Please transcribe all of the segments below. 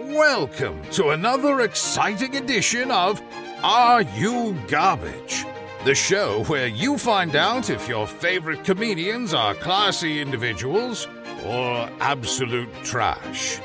Welcome to another exciting edition of Are You Garbage? The show where you find out if your favorite comedians are classy individuals or absolute trash.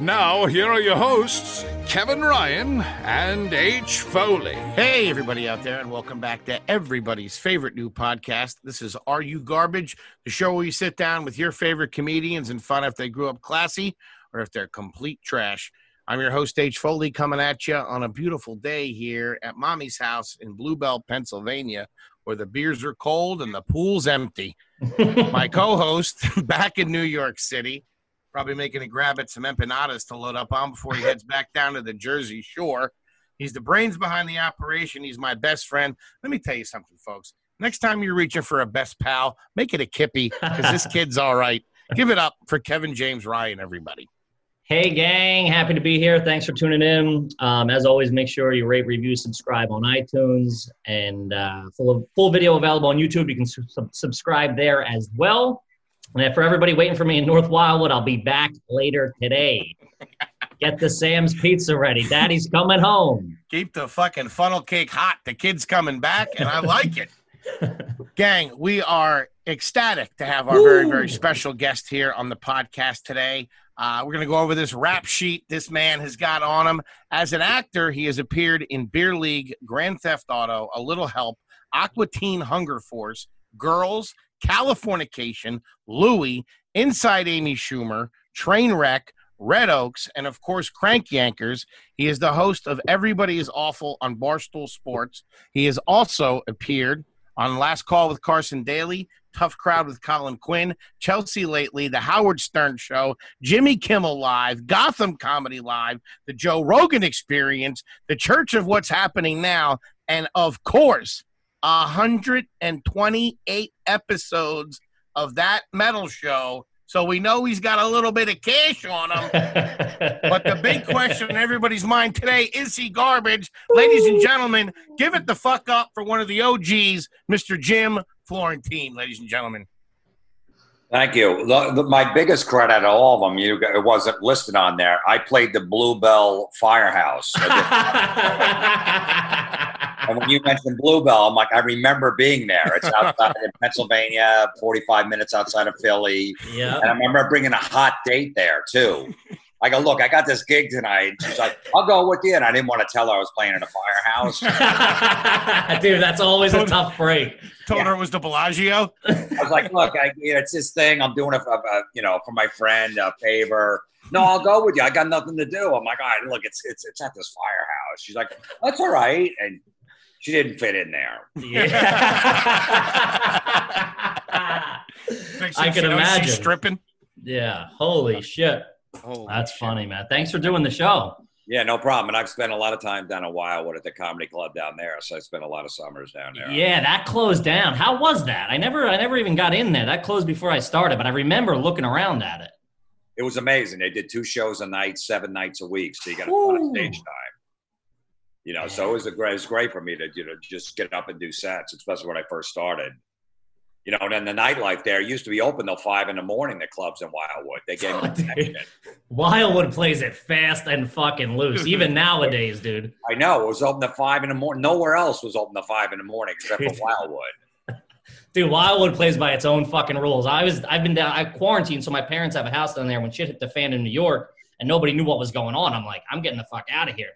Now, here are your hosts, Kevin Ryan and H. Foley. Hey, everybody out there, and welcome back to everybody's favorite new podcast. This is Are You Garbage, the show where you sit down with your favorite comedians and find out if they grew up classy or if they're complete trash. I'm your host, H. Foley, coming at you on a beautiful day here at Mommy's house in Bluebell, Pennsylvania, where the beers are cold and the pool's empty. My co host back in New York City, probably making a grab at some empanadas to load up on before he heads back down to the Jersey Shore. He's the brains behind the operation. He's my best friend. Let me tell you something, folks. Next time you're reaching for a best pal, make it a kippy because this kid's all right. Give it up for Kevin James Ryan, everybody. Hey, gang. Happy to be here. Thanks for tuning in. Um, as always, make sure you rate, review, subscribe on iTunes, and uh, full, of, full video available on YouTube. You can su- sub- subscribe there as well. And for everybody waiting for me in North Wildwood, I'll be back later today. Get the Sam's Pizza ready. Daddy's coming home. Keep the fucking funnel cake hot. The kid's coming back, and I like it. Gang, we are ecstatic to have our very, very Woo. special guest here on the podcast today. Uh, we're going to go over this rap sheet this man has got on him. As an actor, he has appeared in Beer League, Grand Theft Auto, A Little Help, Aqua Teen Hunger Force, Girls, Californication, Louie, Inside Amy Schumer, Trainwreck, Red Oaks, and of course, Crank Yankers. He is the host of Everybody is Awful on Barstool Sports. He has also appeared on Last Call with Carson Daly, Tough Crowd with Colin Quinn, Chelsea Lately, The Howard Stern Show, Jimmy Kimmel Live, Gotham Comedy Live, The Joe Rogan Experience, The Church of What's Happening Now, and of course, 128 episodes of that metal show. So we know he's got a little bit of cash on him. But but the big question in everybody's mind today is he garbage? Ladies and gentlemen, give it the fuck up for one of the OGs, Mr. Jim Florentine, ladies and gentlemen. Thank you. The, the- my biggest credit out of all of them, you it wasn't listed on there. I played the Bluebell Firehouse, and when you mentioned Bluebell, I'm like, I remember being there. It's outside in Pennsylvania, 45 minutes outside of Philly, yeah. and I remember bringing a hot date there too. I go, look, I got this gig tonight. And She's like, I'll go with you, and I didn't want to tell her I was playing in a firehouse. Dude, that's always a tough break. Told her it was the Bellagio. I was like, look, I, you know, it's this thing. I'm doing it, for, uh, you know, for my friend, a favor. No, I'll go with you. I got nothing to do. I'm like, all right, look, it's it's it's at this firehouse. She's like, that's all right, and she didn't fit in there. Yeah. Next I thing can she knows, she's imagine. stripping. yeah. Holy shit. Holy That's shit. funny, man. Thanks for doing the show. Yeah, no problem. And I've spent a lot of time down in Wildwood at the comedy club down there, so I spent a lot of summers down there. Yeah, that closed down. How was that? I never I never even got in there. That closed before I started, but I remember looking around at it. It was amazing. They did two shows a night, seven nights a week, so you got a Ooh. lot of stage time. You know, so it was a great, it was great for me to you know just get up and do sets, especially when I first started. You know, and then the nightlife there used to be open till five in the morning. The clubs in Wildwood, they gave me. Oh, dude. that shit. Wildwood plays it fast and fucking loose, even nowadays, dude. I know it was open to five in the morning. Nowhere else was open to five in the morning except for Dude. Wildwood. Dude, Wildwood plays by its own fucking rules. I was I've been down I quarantined, so my parents have a house down there when shit hit the fan in New York and nobody knew what was going on. I'm like, I'm getting the fuck out of here.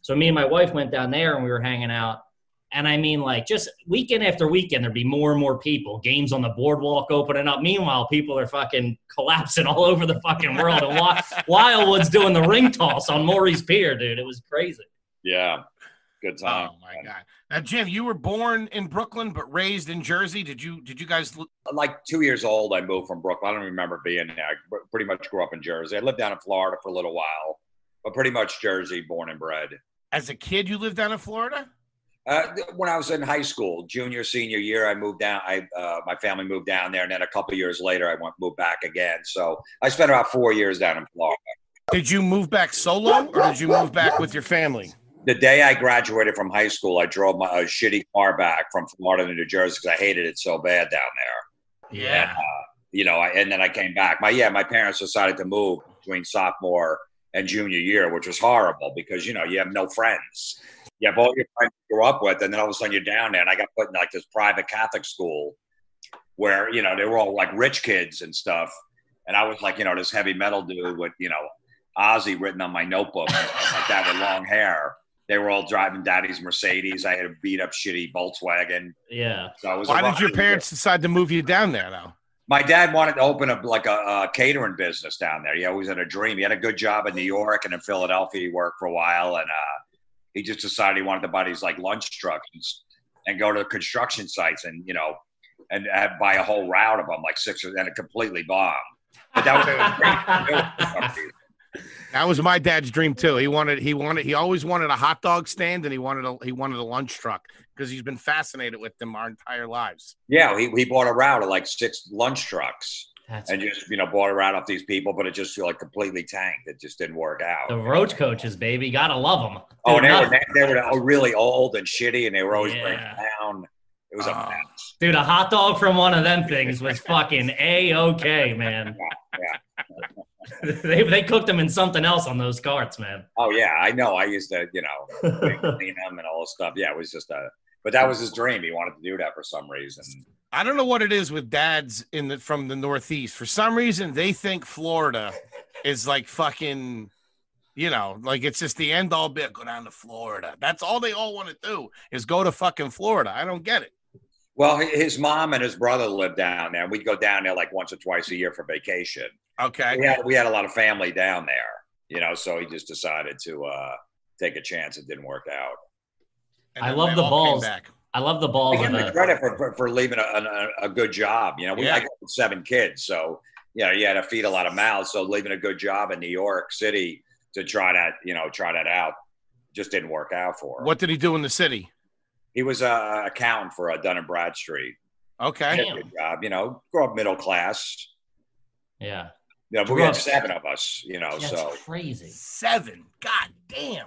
So me and my wife went down there and we were hanging out. And I mean, like, just weekend after weekend, there'd be more and more people. Games on the boardwalk opening up. Meanwhile, people are fucking collapsing all over the fucking world. And Wi- Wildwood's doing the ring toss on Maury's Pier, dude. It was crazy. Yeah, good time. Oh my god. Now, Jim, you were born in Brooklyn but raised in Jersey. Did you did you guys l- like two years old, I moved from Brooklyn. I don't remember being there. I pr- pretty much grew up in Jersey. I lived down in Florida for a little while, but pretty much Jersey, born and bred. as a kid you lived down in Florida? Uh, th- when I was in high school, junior senior year, I moved down. I uh, my family moved down there, and then a couple years later, I went moved back again. So I spent about four years down in Florida. Did you move back solo or did you move back with your family? The day I graduated from high school, I drove my a shitty car back from Florida to New Jersey because I hated it so bad down there. Yeah. Uh, You know, I, and then I came back. My yeah, my parents decided to move between sophomore and junior year, which was horrible because you know you have no friends. You have all your friends you grew up with, and then all of a sudden you're down there. And I got put in like this private Catholic school where you know they were all like rich kids and stuff, and I was like you know this heavy metal dude with you know Ozzy written on my notebook and stuff like that with long hair. They were all driving daddy's Mercedes. I had a beat up shitty Volkswagen. Yeah. So I was Why a- did your parents decide to move you down there though? my dad wanted to open up like a, a catering business down there. He always had a dream. He had a good job in New York and in Philadelphia. He worked for a while, and uh, he just decided he wanted to buy these like lunch trucks and s- and go to the construction sites and you know and uh, buy a whole route of them, like six or and it completely bombed. But that was a great deal. That was my dad's dream too. He wanted he wanted he always wanted a hot dog stand and he wanted a he wanted a lunch truck because he's been fascinated with them our entire lives. yeah, he, he bought a route of like six lunch trucks That's and just you know bought a route off these people, but it just like completely tanked. It just didn't work out. the road coaches, baby. Gotta love them. Oh, and they were, they were all really old and shitty, and they were always Yeah. breaking down. It was a Oh. mess. Dude, a hot dog from one of them things was fucking a okay, man. they they cooked them in something else on those carts, man. Oh yeah, I know. I used to, you know, clean them and all this stuff. Yeah, it was just a. But that was his dream. He wanted to do that for some reason. I don't know what it is with dads in the from the Northeast. For some reason, they think Florida is like fucking, you know, like it's just the end all bit. Go down to Florida. That's all they all want to do is go to fucking Florida. I don't get it. Well, hi- his mom and his brother lived down there. We'd go down there like once or twice a year for vacation. Okay. We had, we had a lot of family down there, you know. So he just decided to uh, take a chance. It didn't work out. And I then love they the all came balls. back. I love the I balls. give of him the the- credit for, for, for leaving a, a, a good job. You know, we Yeah. I got seven kids, so you know, you had to feed a lot of mouths. So leaving a good job in New York City to try that, you know, try that out, just didn't work out for him. What did he do in the city? He was a accountant for uh, Dun and Bradstreet. Okay. Did a Good job, you know, grew up middle class. yeah, You know, but we had Gross. seven of us. You know, that's Oh, so crazy. Seven. God damn.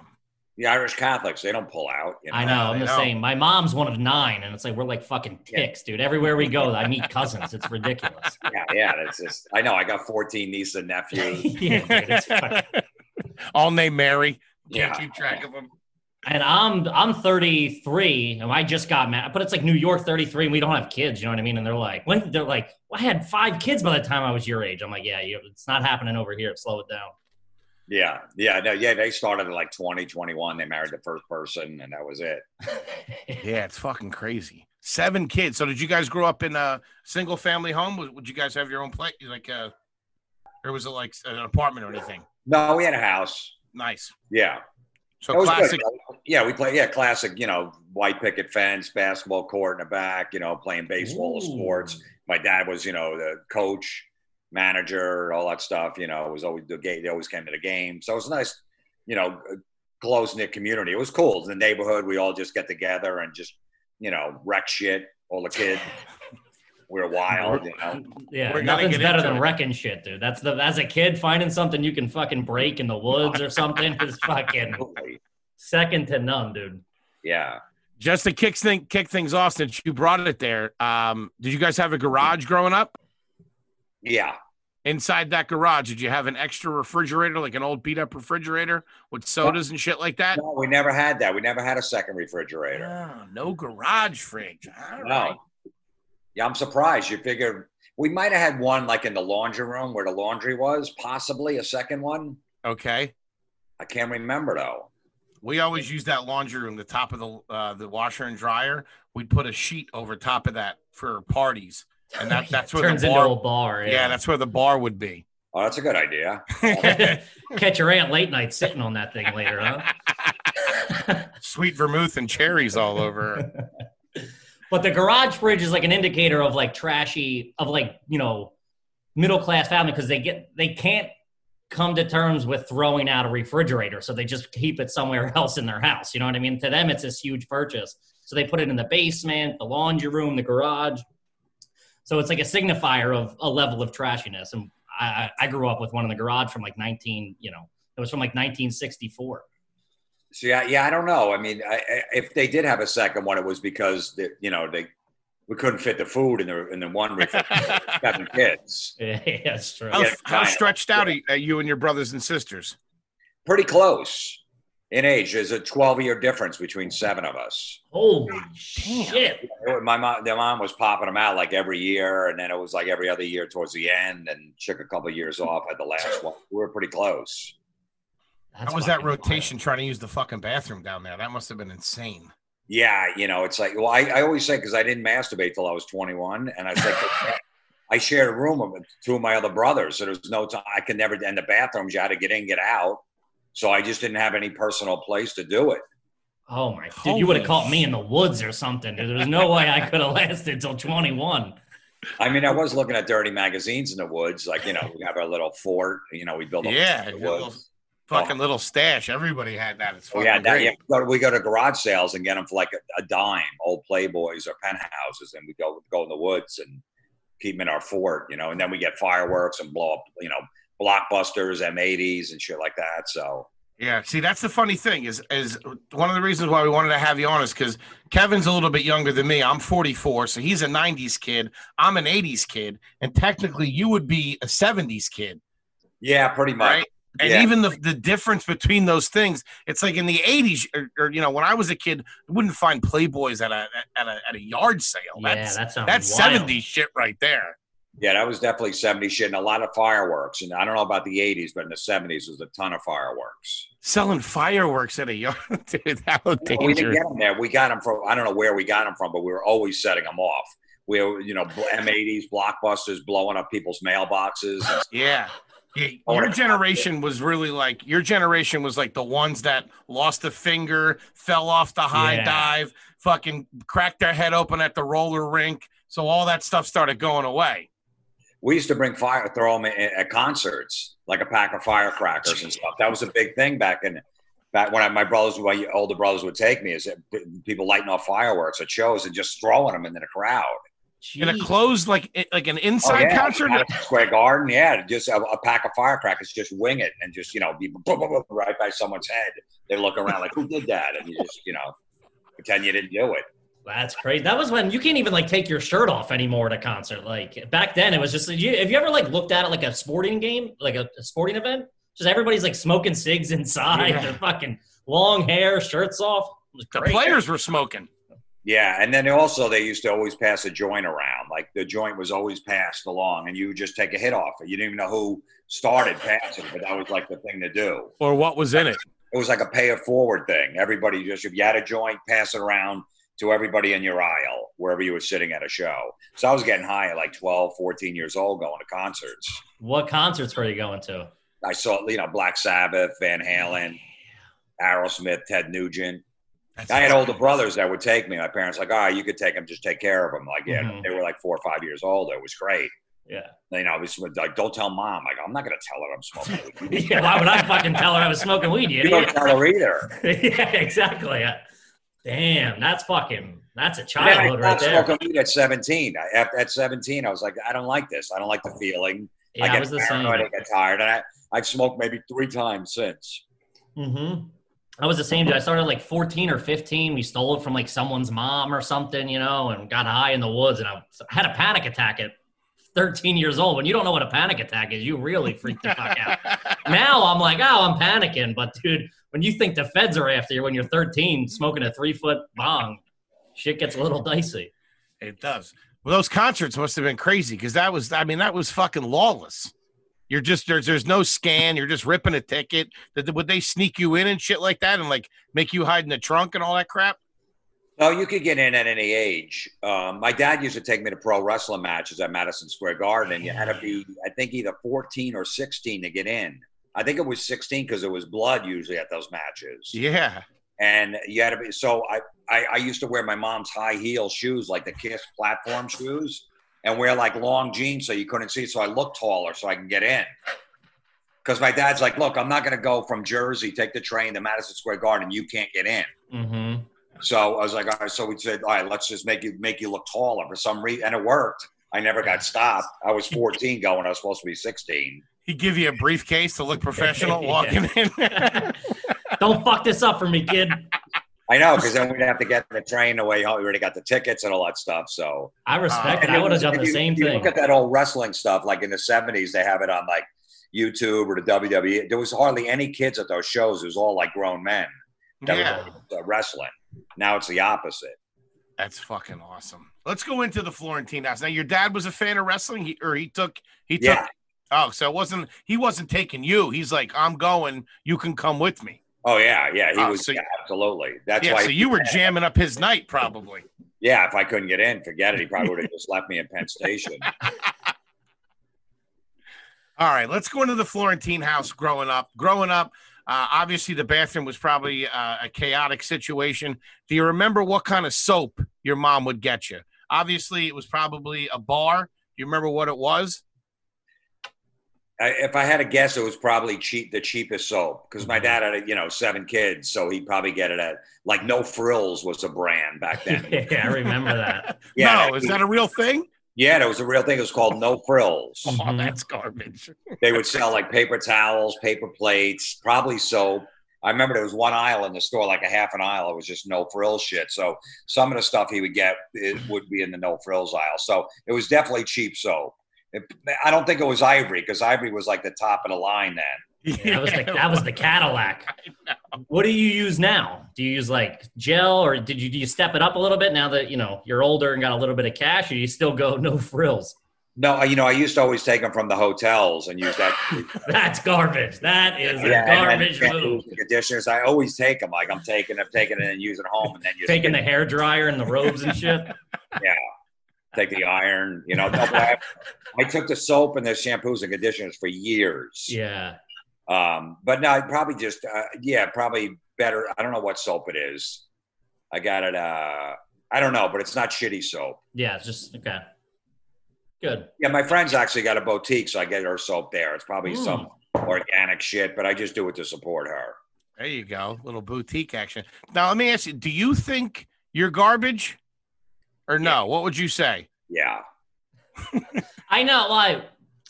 the Irish Catholics they don't pull out. You know? I know. I'm I the know. same. My mom's one of nine, and it's like we're like fucking Yeah. ticks, dude. Everywhere we go, I meet cousins. It's ridiculous. Yeah, yeah. That's just. I know. I got fourteen nieces and yeah, nephews. dude, it's fucking- all named Mary. Can't Yeah. keep track of them. and I'm I'm 33, and I just got mad. But it's like New York 33, and we don't have kids. You know what I mean? And they're like, when they're like, well, I had five kids by the time I was your age. I'm like, yeah, you, it's not happening over here. Slow it down. Yeah, yeah, no, yeah. They started at like 20, 21. They married the first person, and that was it. Yeah, it's fucking crazy. Seven kids. So did you guys grow up in a single family home? Would would you guys have your own place? Like uh or was it like an apartment or anything? No, we had a house. Nice. Yeah, So That was good, classic right? Yeah, we play. Yeah, classic. You know, white picket fence, basketball court in the back. You know, playing baseball, Ooh. sports. My dad was, you know, the coach, manager, all that stuff. You know, it was always the game. They always came to the game, so it was a nice. You know, close knit community. It was cool. The neighborhood. We all just get together and just, you know, wreck shit. All the kids. we were wild. You know. Yeah, We're gonna nothing's get better into than it. wrecking shit, dude. That's the as a kid finding something you can fucking break in the woods or something is fucking Absolutely. second to none, dude. Yeah. just to kick thing kick things off since you brought it there. Um, did you guys have a garage growing up? Yeah. Inside that garage, did you have an extra refrigerator, like an old beat up refrigerator with sodas and shit like that? No, we never had that. We never had a second refrigerator. Ah, no garage fridge. All right. No. Yeah, I'm surprised. You figured we might have had one like in the laundry room where the laundry was, possibly a second one. Okay. I can't remember though. We always use that laundry room, the top of the uh, the washer and dryer. We'd put a sheet over top of that for parties, and that, that's where turns the bar. into a bar. yeah. that's where the bar would be. Oh, that's a good idea. catch your aunt late night sitting on that thing later, huh? Sweet vermouth and cherries all over. but the garage fridge is like an indicator of like trashy, of like you know, middle class family because they get they can't come to terms with throwing out a refrigerator, so they just keep it somewhere else in their house. You know what I mean? To them, it's this huge purchase, so they put it in the basement, the laundry room, the garage. So it's like a signifier of a level of trashiness, and I, I I grew up with one in the garage from like 19, you know, it was from like 1964. So yeah, yeah, I don't know. I mean, I, I, if they did have a second one, it was because the, you know they we couldn't fit the food in the in the one refrigerator. Seven kids. Yeah, that's true. How, Yeah, how giant. stretched out are you- are you and your brothers and sisters? pretty close in age. There's a 12 year difference between seven of us. Holy shit. It- My mom, their mom was popping them out like every year, and then it was like every other year towards the end, and took a couple years off at the last one. We were pretty close. That's How was that fucking wild. rotation trying to use the fucking bathroom down there? That must have been insane. Yeah, you know, it's like, well, I, I always say because I didn't masturbate till I was 21, and I was like, I shared a room with two of my other brothers, so there's no time. I could never, and the bathrooms you had to get in, get out. So I just didn't have any personal place to do it. Oh my dude, you would have caught me in the woods or something. dude. There's no way I could have lasted till 21. I mean, I was looking at dirty magazines in the woods, like you know, we have our little fort. You know, we build a Yeah, in the your little woods. fucking little stash. Everybody had that. It's We fucking had that. great. Yeah, we go, to, we go to garage sales and get them for like a, a dime, old Playboys or penthouses, and we go go in the woods and keep them in our fort, you know. And then we get fireworks and blow up, you know, blockbusters, M80s, and shit like that. So Yeah, see, that's the funny thing is is one of the reasons why we wanted to have you on is because Kevin's a little bit younger than me. I'm 44, so he's a 90s kid. I'm an 80s kid, and technically, you would be a 70s kid, yeah, pretty much. right? And Yeah. even the the difference between those things, it's like in the 80s, or, or, you know, when I was a kid, you wouldn't find Playboys at a at a, at a yard sale. yeah, Oh, That's that sounds that's wild. 70s shit right there. Yeah, that was definitely 70s shit and a lot of fireworks. And I don't know about the 80s, but in the 70s was a ton of fireworks. Selling fireworks at a yard, dude, that was Well, we didn't dangerous. get them there. We got them from, I don't know where we got them from, but we were always setting them off. We were, you know, bl- M80s, blockbusters, blowing up people's mailboxes. Yeah. Yeah, I your wanna- generation was really like your generation was like the ones that lost a finger, fell off the high Yeah. dive, fucking cracked their head open at the roller rink. So all that stuff started going away. We used to bring fire, throw them at, at concerts, like a pack of firecrackers and stuff. That was a big thing back in, back when I, my brothers, my older brothers would take me, is that people lighting off fireworks at shows and just throwing them into the crowd. In a Jeez. closed like i- like an Oh, inside yeah, concert. Madison Square Garden, yeah, just a, a pack of firecrackers, just wing it and just you know be boom, boom, boom, right by someone's head. They look around like who did that, and you just you know pretend you didn't do it. That's crazy. That was when you can't even like take your shirt off anymore at a concert. Like back then, it was just. You, have you ever like looked at it like a sporting game, like a, a sporting event? Just everybody's like smoking cigs inside. Yeah. They're fucking long hair, shirts off. It was The great. players were smoking. Yeah, and then also they used to always pass a joint around, like the joint was always passed along, and you would just take a hit off it. You didn't even know who started passing, but that was like the thing to do. Or what was in it? It was like a pay it forward thing. Everybody just if you had a joint, pass it around. To everybody in your aisle, wherever you were sitting at a show. So I was getting high at like 12, 14 years old going to concerts. What concerts were you going to? I saw, you know, Black Sabbath, Van Halen, Aerosmith, Ted Nugent. I had older brothers that would take me. My parents like, all right, you could take them, just take care of them. Like, yeah, Mhm. they were like four or five years old. It was great. Yeah. You know, I was like, don't tell mom. Like, I'm not going to tell her I'm smoking. weed. yeah. Why would I fucking tell her I was smoking weed? You you don't idiot. tell her either. yeah. Exactly. Yeah. Damn. That's fucking. That's a And then I childhood right stopped there. smoking weed at 17. I, at, at 17, I was like, I don't like this. I don't like the feeling. I Yeah, get I was the same. paranoid. I get tired. And I, I've smoked maybe three times since. Mm-hmm. I was the same dude. I started like 14 or 15. We stole it from like someone's mom or something, you know, and got high in the woods. And I had a panic attack at 13 years old. When you don't know what a panic attack is, you really freak the fuck out. Now I'm like, oh, I'm panicking. But dude, when you think the feds are after you when you're 13, smoking a three foot bong, shit gets a little dicey. It does. Well, those concerts must have been crazy because that was, I mean, that was fucking lawless. You're just there's there's no scan. You're just ripping a ticket. Did- Would they sneak you in and shit like that and like make you hide in the trunk and all that crap? No, you could get in at any age. Um, my dad used to take me to pro wrestling matches at Madison Square Garden, and you had to be, I think, either 14 or 16 to get in. I think it was 16 because it was blood usually at those matches. Yeah, And you had to be, so I, I, I used to wear my mom's high heel shoes, like the Kiss platform shoes, and wear like long jeans so you couldn't see. So I looked taller so I can get in. Because my dad's like, look, I'm not going to go from Jersey, take the train to Madison Square Garden, you can't get in. Mm-hmm. So I was like, all right. So we said, all right, let's just make you make you look taller for some reason, and it worked. I never got stopped. I was 14 going. I was supposed to be 16. he give you a briefcase to look professional Yeah. walking in. Don't fuck this up for me, kid. I know because then we'd have to get the train the way home. We already got the tickets and all that stuff. So I respect Uh, it. I would have if done the you- same if you thing. Look at that old wrestling stuff. Like in the 70s, they have it on like YouTube or the WWE. There was hardly any kids at those shows. It was all like grown men that Yeah, were uh, wrestling. Now it's the opposite. that's fucking awesome. Let's go into the Florentine house. Now, your dad was a fan of wrestling, he, or he took he took. Yeah. Oh, so it wasn't he wasn't taking you? He's like, I'm going. You can come with me. Oh yeah, yeah. He Uh, Oh, was so- yeah, absolutely. That's yeah, why. so you were jamming up his night, probably. yeah, if I couldn't get in, forget it. He probably would have just left me in Penn Station. All right, let's go into the Florentine house growing up. Growing up, uh, obviously the bathroom was probably uh, a chaotic situation. Do you remember what kind of soap your mom would get you? Obviously, it was probably a bar. Do you remember what it was? I, if I had to guess, it was probably cheap, the cheapest soap because my dad had, you know, seven kids, so he'd probably get it at like No Frills was a brand back then. yeah, I remember that. Yeah, no, is that a real thing? yeah, that was a real thing. It was called No Frills. Oh, Mhm. that's garbage. They would sell like paper towels, paper plates, probably soap. I remember there was one aisle in the store, like a half an aisle. It was just no frills shit. So some of the stuff he would get it would be in the no frills aisle. So it was definitely cheap soap. It, I don't think it was Ivory because Ivory was like the top of the line then. Yeah, that was the that was the Cadillac. What do you use now? Do you use like gel, or did you do you step it up a little bit now that you know you're older and got a little bit of cash, or you still go no frills? No, uh, you know, I used to always take them from the hotels and use that. That's garbage. That is a and garbage then- move. and Conditioners. I always take them. Like I'm taking them, taking it and using it home, and then you Taking the hair dryer and the robes and shit. take the iron. You know, No, but I, I took the soap and the shampoos and conditioners for years. Yeah, Um, but no, I'd probably just uh, yeah, probably better. I don't know what soap it is. I got it. Uh, I don't know, but it's not shitty soap. yeah. It's just okay. Good. Yeah, my friend's actually got a boutique, so I get her soap there. It's probably Mm. some organic shit, but I just do it to support her. There you go, little boutique action. Now let me ask you: Do you think you're garbage, or no? What would you say? Yeah. I know. Well, I,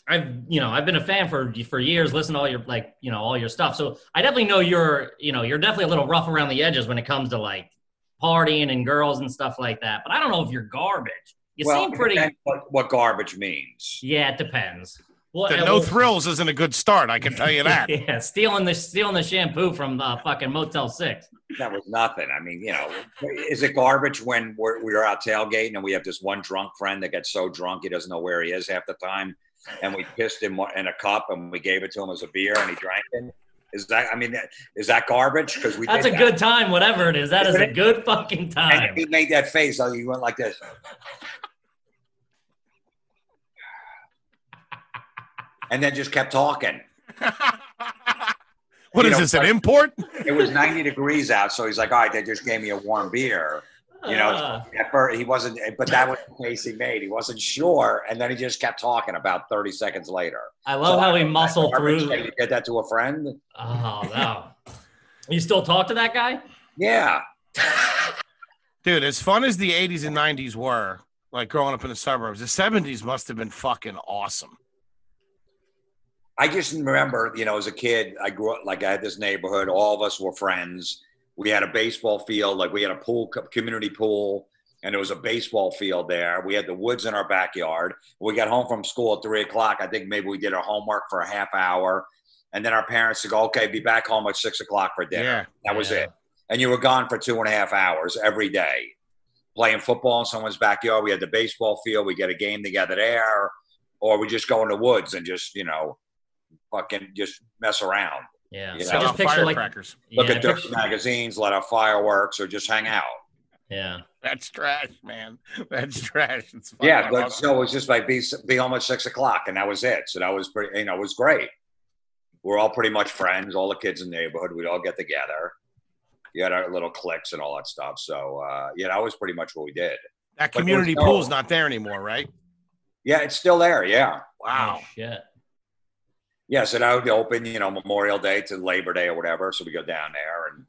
I've you know I've been a fan for for years. Listen to all your like you know all your stuff. So I definitely know you're you know you're definitely a little rough around the edges when it comes to like partying and girls and stuff like that. But I don't know if you're garbage. You seem it pretty. depends What, what garbage means? Yeah, it depends. Well, The uh, no well- thrills isn't a good start. I can tell you that. yeah, stealing the stealing the shampoo from uh, fucking Motel Six. That was nothing. I mean, you know, is it garbage when we're, we're out tailgating and we have this one drunk friend that gets so drunk he doesn't know where he is half the time, and we pissed him in a cup and we gave it to him as a beer and he drank it? Is that? I mean, is that garbage? Because we That's a did good time, whatever it is. That is a Isn't it? good fucking that. time. And he made that face. Like he went like this. And then just kept talking. What is You know, this? An import? It was 90 degrees out, so he's like, "All right, they just gave me a warm beer." you know, Uh, At first, he wasn't, eh, but that was the case he made. He wasn't sure, and then he just kept talking about 30 seconds later. I love how he muscled Garbage, through. can you Get that to a friend? Oh no! You still talk to that guy? Yeah. Dude, as fun as the 80s and 90s were, like growing up in the suburbs, the 70s must have been fucking awesome. I just remember, you know, as a kid, I grew up like I had this neighborhood. All of us were friends. We had a baseball field, like we had a pool, co- community pool, and there was a baseball field there. We had the woods in our backyard. When we got home from school at three o'clock. I think maybe we did our homework for a half hour, and then our parents would go, "Okay, be back home at six o'clock for dinner." That was Yeah. it. And you were gone for two and a half hours every day playing football in someone's backyard. We had the baseball field. We get a game together there, or we just go in the woods and just, you know, fucking just mess around. Yeah. You So know, I just picture like firecrackers. yeah, Look I at dirty picture- magazines, let out fireworks, or just hang out. yeah. That's trash, man. That's trash. It's fucking Yeah, but awesome. so it was just like be, be home at six o'clock, and that was it. So that was pretty, you know, it was great. We're all pretty much friends, all the kids in the neighborhood. We'd all get together. You had our little cliques and all that stuff. So, uh, yeah, that was pretty much what we did. that there was community no- pool's not there anymore, right? Yeah, it's still there. Yeah. Wow. Oh, shit. Yeah. So that would be open, you know, Memorial Day to Labor Day or whatever. So we go down there and,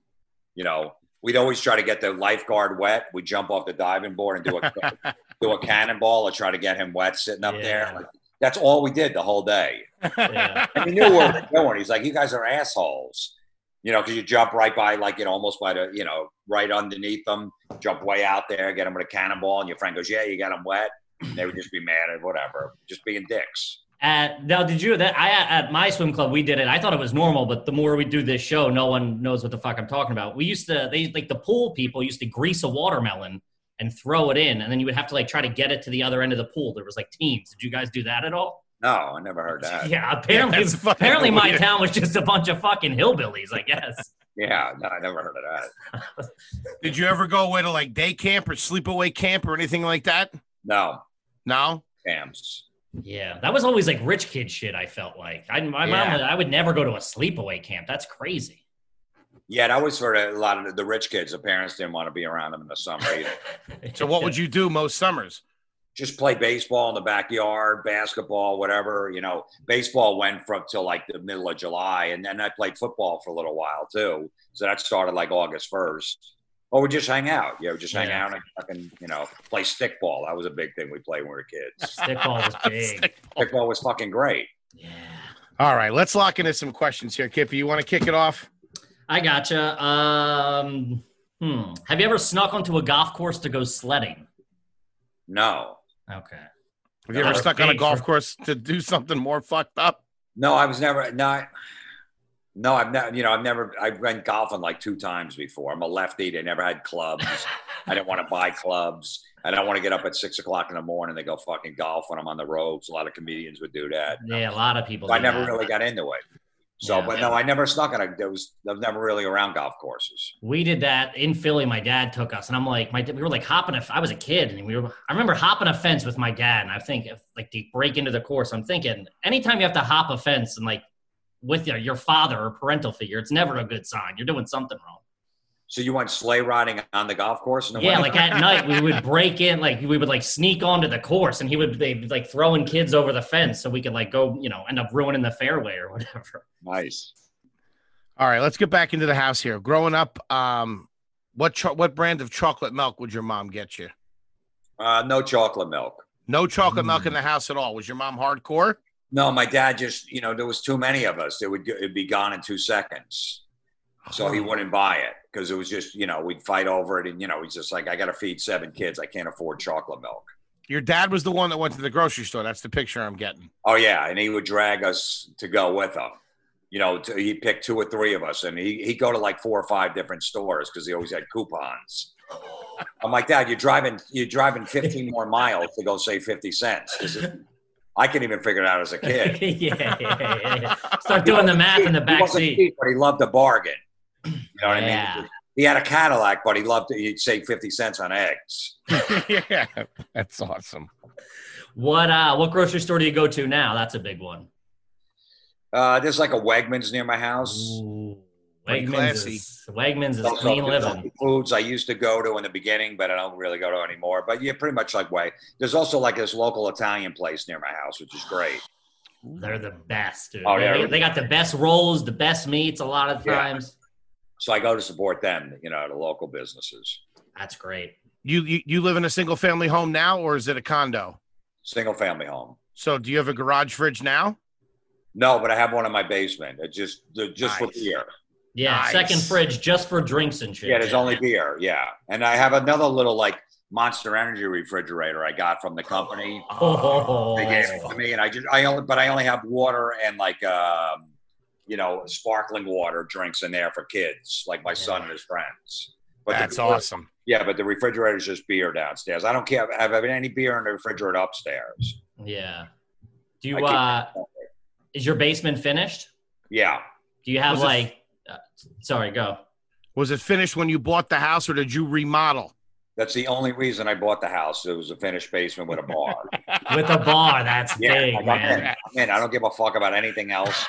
you know, we'd always try to get the lifeguard wet. We'd jump off the diving board and do a, do a cannonball or try to get him wet sitting up there. Yeah. Like, that's all we did the whole day. Oh, Yeah. And he knew what we were doing. He's like, you guys are assholes. You know, because you jump right by, like, you know, almost by the, you know, right underneath them, jump way out there, get him with a cannonball. And your friend goes, yeah, you got him wet. And they would just be mad at whatever, just being dicks. At now, did you that I at my swim club we did it. I thought it was normal, but the more we do this show, no one knows what the fuck I'm talking about. We used to they like the pool people used to grease a watermelon and throw it in, and then you would have to like try to get it to the other end of the pool. There was like teams. Did you guys do that at all? No, I never heard that. yeah, apparently, that's fucking apparently my weird. town was just a bunch of fucking hillbillies. I guess. Yeah, no, I never heard of that. Did you ever go away to like day camp or sleepaway camp or anything like that? No, No. scams. yeah, that was always like rich kid shit. I felt like I my Yeah. mom I would never go to a sleepaway camp. That's crazy. Yeah, that was for a lot of the, the rich kids. The parents didn't want to be around them in the summer either. So what would you do most summers? Just play baseball in the backyard, basketball, whatever. You know, baseball went from till like the middle of July, and then I played football for a little while too. So that started like August first. Or we just hang out. Yeah, we just hang Yeah. out and fucking, you know, play stickball. That was a big thing we played when we were kids. Stickball was big. stickball was fucking great. Yeah. All right, let's lock into some questions here, Kippy. You want to kick it off? I gotcha. Um, hmm. Have you ever snuck onto a golf course to go sledding? No, Okay. Have you ever Or stuck on a pay golf for- course to do something more fucked up? No, I was never not. No, I've never. You know, I've never. I've went golfing like two times before. I'm a lefty. They never had clubs. I didn't want to buy clubs. I don't want to get up at six o'clock in the morning to go fucking golf when I'm on the roads. A lot of comedians would do that. Yeah, a lot of people. So I do never that. really got into it. So, Yeah. but no, I never snuck it. I there was. I was never really around golf courses. We did that in Philly. My dad took us, and I'm like, my we were like hopping. A, I was a kid, and we were. I remember hopping a fence with my dad, and I think if, like they break into the course. I'm thinking anytime you have to hop a fence and like with your, your father or parental figure, it's never a good sign. You're doing something wrong. So you went sleigh riding on the golf course? in the Yeah, winter? like at night we would break in, like we would like sneak onto the course, and he would they like throwing kids over the fence so we could like go, you know, end up ruining the fairway or whatever. nice. All right, let's get back into the house here. Growing up, um, what cho- what brand of chocolate milk would your mom get you? Uh, no chocolate milk. No chocolate milk Mm. in the house at all. Was your mom hardcore? No, my dad just, you know, there was too many of us. It would it'd be gone in two seconds. So he wouldn't buy it because it was just, you know, we'd fight over it. And, you know, he's just like, I got to feed seven kids. I can't afford chocolate milk. Your dad was the one that went to the grocery store. That's the picture I'm getting. Oh, yeah. And he would drag us to go with him. You know, to, he picked two or three of us and he, he'd go to like four or five different stores because he always had coupons. I'm like, Dad, you're driving, you're driving 15 more miles to go save 50 cents. This is, I couldn't even figure it out as a yeah, kid. yeah, yeah, yeah. Start doing the math in the He back wasn't seat. cheap, but he loved a bargain. You know what I Yeah. mean? He had a Cadillac, but he loved He'd save 50 cents on eggs. yeah, that's awesome. What uh, what grocery store do you go to now? That's a big one. Uh, there's like a Wegmans near my house. Ooh, Pretty Wegmans classy. is, Wegmans is Also, clean there's living. like Foods I used to go to in the beginning, but I don't really go to anymore. But yeah, pretty much like way. There's also like this local Italian place near my house, which is great. They're the best, dude. Oh, They- yeah. they, got the best rolls, the best meats. A lot of Yeah. times, So I go to support them, you know, the local businesses. that's great. You, you you live in a single family home now, or is it a condo? Single family home. So do you have a garage fridge now? No, but I have one in my basement. It just they're just for Nice. beer. Yeah, Nice. second fridge just for drinks and shit. Yeah, there's only beer. Yeah, and I have another little like Monster Energy refrigerator I got from the company. Oh, They gave that's it to me, and I just I only but I only have water and like um, you know sparkling water drinks in there for kids, like my son and his friends. But the that's beer- awesome. Yeah, but the refrigerator's just beer downstairs. I don't care. I have any beer in the refrigerator upstairs. Yeah. Do I you keep- uh is your basement finished? Yeah, Do you have Was it- like uh, sorry, go. Was it finished when you bought the house, or did you remodel? that's the only reason I bought the house. It was a finished basement with a bar. With a bar, that's Yeah, I big, got man. that. Man, I don't give a fuck about anything else.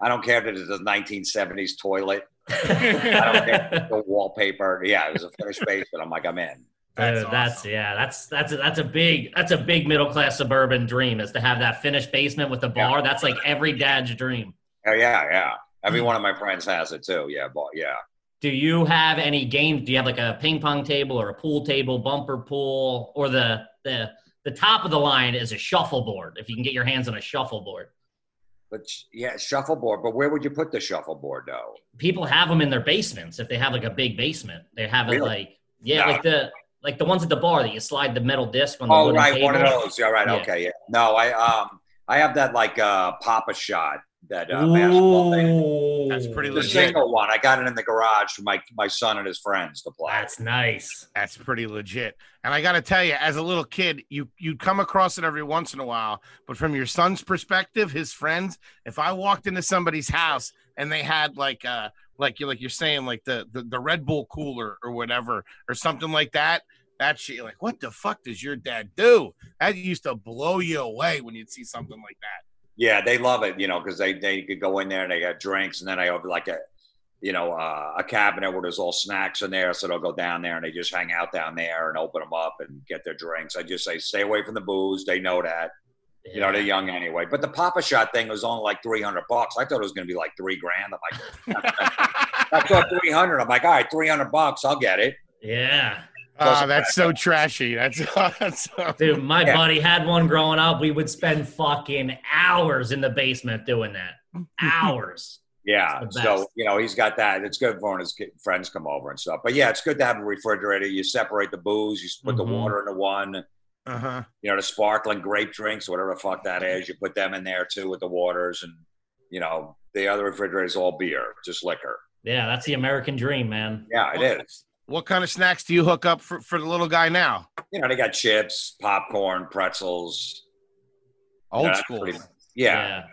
I don't care if it's a 1970s toilet. I don't care. The wallpaper. Yeah, it was a finished basement. I'm like, I'm in. That's, that's yeah, that's that's a, that's a big that's a big middle class suburban dream is to have that finished basement with a Yeah. bar. That's like every dad's dream. Oh yeah, yeah. Every one of my friends has it too. Yeah, but yeah. Do you have any games? Do you have like a ping pong table or a pool table, bumper pool, or the the the top of the line is a shuffleboard if you can get your hands on a shuffleboard. But sh- yeah, shuffleboard. But where would you put the shuffleboard though? people have them in their basements if they have like a big basement. They have it Really? like yeah, No. like the like the ones at the bar that you slide the metal disc on the Oh wooden right, table. one of those. Yeah, right. Yeah. Okay, yeah. No, I um, I have that like uh, Papa Shot that uh, basketball thing. Ooh, That's pretty The legit. single one. I got it in the garage for my my son and his friends to play. That's nice. That's pretty legit. And I got to tell you, as a little kid, you you'd come across it every once in a while. But from your son's perspective, his friends, if I walked into somebody's house and they had like uh like you like you're saying like the the, the Red Bull cooler or whatever or something like that, that shit like what the fuck does your dad do? That used to blow you away when you'd see something like that. Yeah, they love it, you know, because they, they could go in there and they got drinks, and then I have like a, you know, uh, a cabinet where there's all snacks in there, so they'll go down there and they just hang out down there and open them up and get their drinks. I just say stay away from the booze. They know that, you know, they're young anyway. But the Papa Shot thing was only like three hundred bucks. I thought it was going to be like three grand. I'm like, Ah, I thought three hundred. I'm like, all right, three hundred bucks, I'll get it. Yeah. Oh, that's so trashy. That's, that's so, Dude, my Yeah. buddy had one growing up. We would spend fucking hours in the basement doing that. Hours. Yeah, It's the so best. you know he's got that. It's good for when his ki- friends come over and stuff. But yeah, it's good to have a refrigerator. You separate the booze. You put Mhm. the water into one. uh huh. you know, the sparkling grape drinks, whatever the fuck that is. You put them in there too with the waters and, you know, the other refrigerator is all beer, just liquor. Yeah, that's the American dream, man. Yeah, it is. What kind of snacks do you hook up for, for the little guy now? You know, they got chips, popcorn, pretzels. Old Yeah, that's school. pretty- Yeah.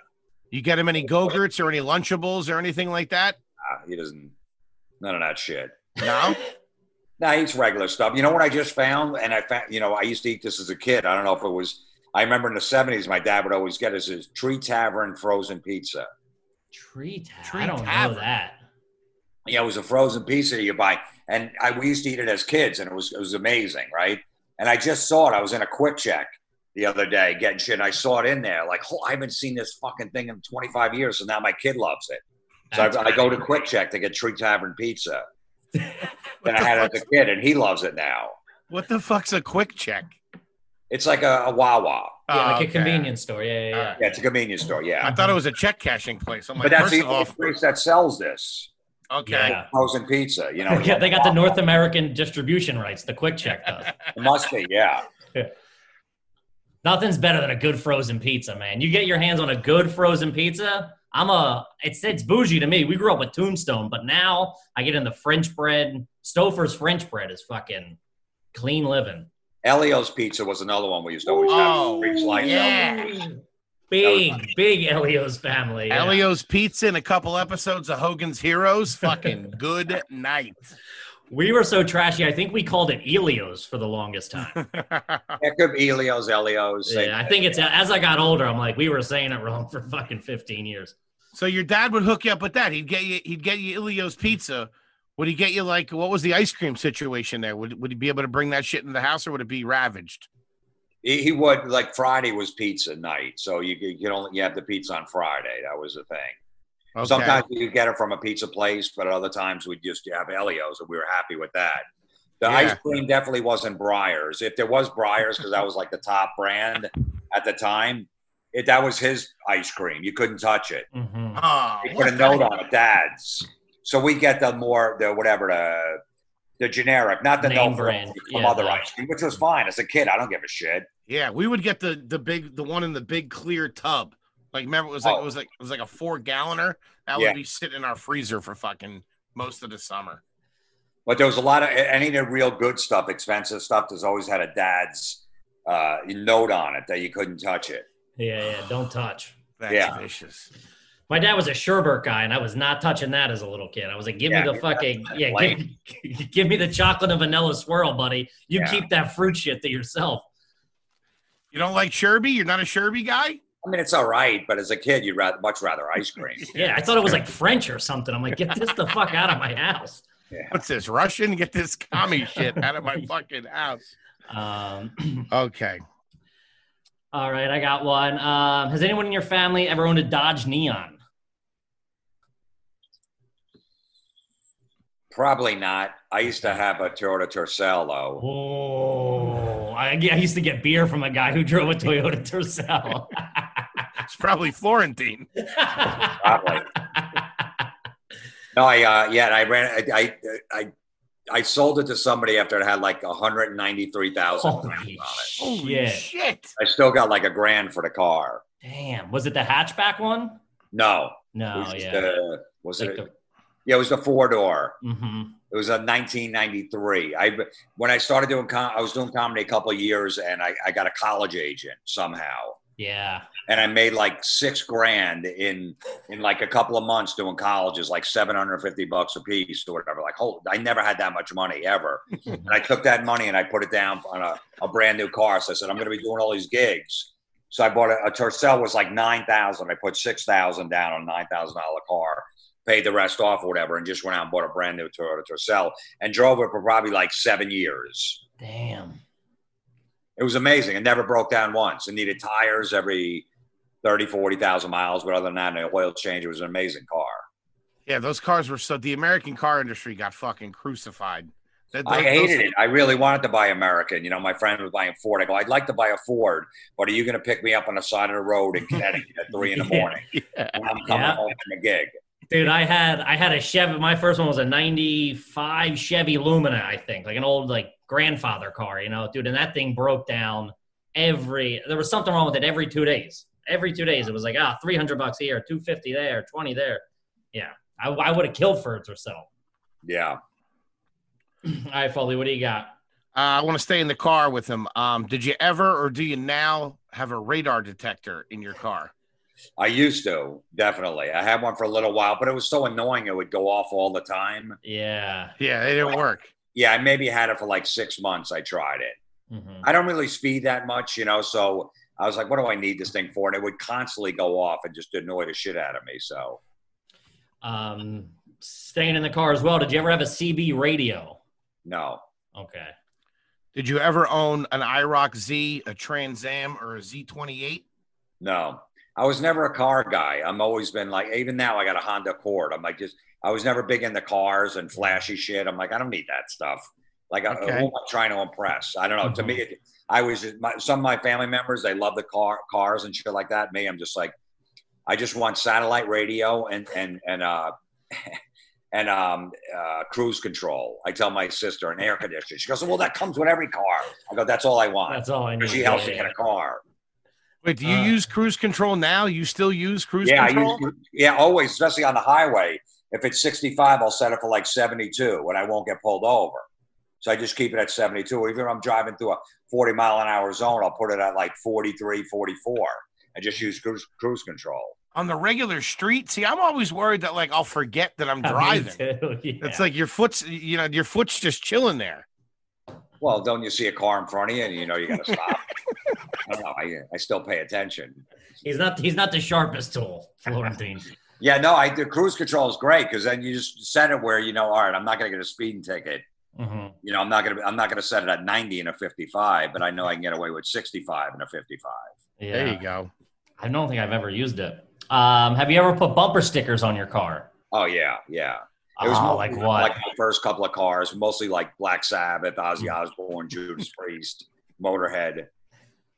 You get him any go-gurts or any Lunchables or anything like that? nah, he doesn't, none of that shit. No. Nah, he eats regular stuff. You know what I just found? And I found, you know, I used to eat this as a kid. I don't know if it was, I remember in the 70s, my dad would always get us his Tree Tavern frozen pizza. Tree Tavern. Tree I don't Tavern. know that. Yeah, it was a frozen pizza you buy, and I we used to eat it as kids, and it was it was amazing, right? And I just saw it. I was in a quick check the other day getting shit, and I saw it in there. Like, oh, I haven't seen this fucking thing in 25 years, so now my kid loves it. So That's I, I go to Quick Check to get Tree Tavern pizza, What and I the had it as fuck's- a kid, and he loves it now. What the fuck's a quick check? It's like a, a Wawa. Yeah, like Oh, a okay. convenience store. Yeah, yeah, yeah. Yeah, it's a convenience store. I Yeah, thought it was a check cashing place. I'm like, but that's first the of only all, place that sells this okay. Yeah. frozen pizza. You know, Yeah, they got the North American distribution rights, the quick check does. It must be. Yeah, Nothing's better than a good frozen pizza, man. You get your hands on a good frozen pizza. I'm a it's it's bougie to me. We grew up with Tombstone, but now I get in the French bread. Stouffer's French bread is fucking clean living. Elio's pizza was another one we used to always Oh, have. Free slice of. yeah. Big, big Elio's family. yeah. Elio's Pizza and a couple episodes of Hogan's Heroes. Fucking good night. We were so trashy. I think we called it Elio's for the longest time. It could be Elio's, Elio's. same yeah, I thing. think it's as I got older, I'm like, we were saying it wrong for fucking 15 years. so your dad would hook you up with that. He'd get you. He'd get you Elio's Pizza. Would he get you like what was the ice cream situation there? Would would he be able to bring that shit in the house or would it be ravaged? he, he would like Friday was pizza night, so you could- you could only you have the pizza on Friday. That was the thing. Okay. Sometimes you could get it from a pizza place, but other times we'd just have Elio's, and we were happy with that. The Yeah. ice cream definitely wasn't Briars. If there was Briars, because that was like the top brand at the time, it that was his ice cream. You couldn't touch it. Mhm. Oh, They what put the- a note on it, Dad's. So we get the more the whatever the the generic, not the Name no brand. from Yeah, other the- ice cream, which was fine. As a kid, I don't give a shit. Yeah, we would get the the big the one in the big clear tub. Like remember it was like it was like it was like a four galloner that Oh. Yeah. would be sitting in our freezer for fucking most of the summer. But there was a lot of any of the real good stuff, expensive stuff. There's always had a dad's uh, note on it that you couldn't touch it. Yeah, yeah, don't touch. That's Yeah. vicious. My dad was a sherbet guy, and I was not touching that as a little kid. I was like, "Give Yeah, me the you're fucking not yeah, give, give me the chocolate and vanilla swirl, buddy. You Yeah. keep that fruit shit to yourself." You don't like Sherby? You're not a Sherby guy? I mean, it's all right, but as a kid, you'd rather much rather ice cream. Yeah, I thought it was like French or something. I'm like, "Get this the fuck out of my house." What's this? Russian? Get this commie shit out of my fucking house. Um, Okay. all right, I got one. Um, has anyone in your family ever owned a Dodge Neon? Probably not. I used to have a Toyota Tercel though. Oh, I, I used to get beer from a guy who drove a Toyota Tercel. It's probably Florentine. Probably. No, I uh, yeah, and I ran. I, I I I sold it to somebody after it had like 193,000 Holy miles on it. Holy shit. shit. I still got like a grand for the car. Damn. Was it the hatchback one? No. it No, was just Oh, yeah. the- was Like it? the- yeah, it was the four door. mhm. It was a 1993. I when I started doing com- I was doing comedy a couple of years, and I, I got a college agent somehow, Yeah. and I made like six grand in in like a couple of months doing colleges, like 750 bucks a piece or whatever. Like, hold, I never had that much money ever, and I took that money and I put it down on a, a brand new car. So I said I'm going to be doing all these gigs. So I bought a, a Tercel was like nine thousand. I put six thousand down on a nine thousand dollar car, paid the rest off or whatever, and just went out and bought a brand new Toyota Tercel and drove it for probably like seven years. Damn. It was amazing. It never broke down once. It needed tires every 30, 40,000 miles, but other than that, an oil change. It was an amazing car. Yeah, those cars were so the American car industry got fucking crucified. That, I those- hated it. I really wanted to buy American. You know, my friend was buying Ford. I go, I'd like to buy a Ford, but are you going to pick me up on the side of the road in Connecticut at three in the Yeah. morning when I'm coming Yeah. home from a gig? Dude, I had I had a Chevy. My first one was a '95 Chevy Lumina, I think, like an old like grandfather car, you know, dude. And that thing broke down every. There was something wrong with it every two days. Every two days, it was like ah, 300 bucks here, 250 there, 20 there. Yeah, I, I would have killed for it or so. Yeah. All right, Foley, what do you got? Uh, I want to stay in the car with him. Um, did you ever or do you now have a radar detector in your car? I used to, definitely. I had one for a little while, but it was so annoying. It would go off all the time. Yeah. Yeah, it didn't work. Yeah, I maybe had it for like six months. I tried it. Mhm. I don't really speed that much, you know, so I was like, what do I need this thing for? And it would constantly go off and just annoy the shit out of me. So Um, staying in the car as well. Did you ever have a CB radio? no. Okay. Did you ever own an IROC Z, a Trans Am, or a Z28? No, I was never a car guy. I'm always been like, even now I got a Honda Accord. I'm like, just I was never big into cars and flashy shit. I'm like, I don't need that stuff. Like, I Okay. who am I trying to impress? I don't know. To Mhm. me, it, I was just- my, some of my family members. They love the car, cars and shit like that. Me, I'm just like, I just want satellite radio and and and uh. And um, uh, cruise control. I tell my sister, and air conditioning. She goes, "Well, that comes with every car." I go, "That's all I want." That's all I need. She helps me Yeah, get a car. Wait, do you Uh, use cruise control now? You still use cruise yeah, control? I use, yeah, always, especially on the highway. If it's 65, I'll set it for like 72 and I won't get pulled over. So I just keep it at 72. Or Even if I'm driving through a 40 mile an hour zone, I'll put it at like 43, 44 and just use cruise, cruise control. On the regular street? See, I'm always worried that like I'll forget that I'm yeah. driving. Me too, yeah. It's like your foot's, you know, your foot's just chilling there. Well, don't you see a car in front of you and you know you got to stop? I don't know. I, I still pay attention. He's not. He's not the sharpest tool, Florentine. Yeah, no, I the cruise control is great because then you just set it where you know, all right, I'm not going to get a speeding ticket. Mhm. you know, I'm not gonna I'm not gonna set it at 90 and a 55, but I know I can get away with 65 and a 55. Yeah. There you go. I don't think I've ever used it. Um, have you ever put bumper stickers on your car? Oh yeah, yeah. oh, like mostly what? Like my first couple of cars, mostly like Black Sabbath, Ozzy Hmm. Osbourne, Judas Priest, Motorhead.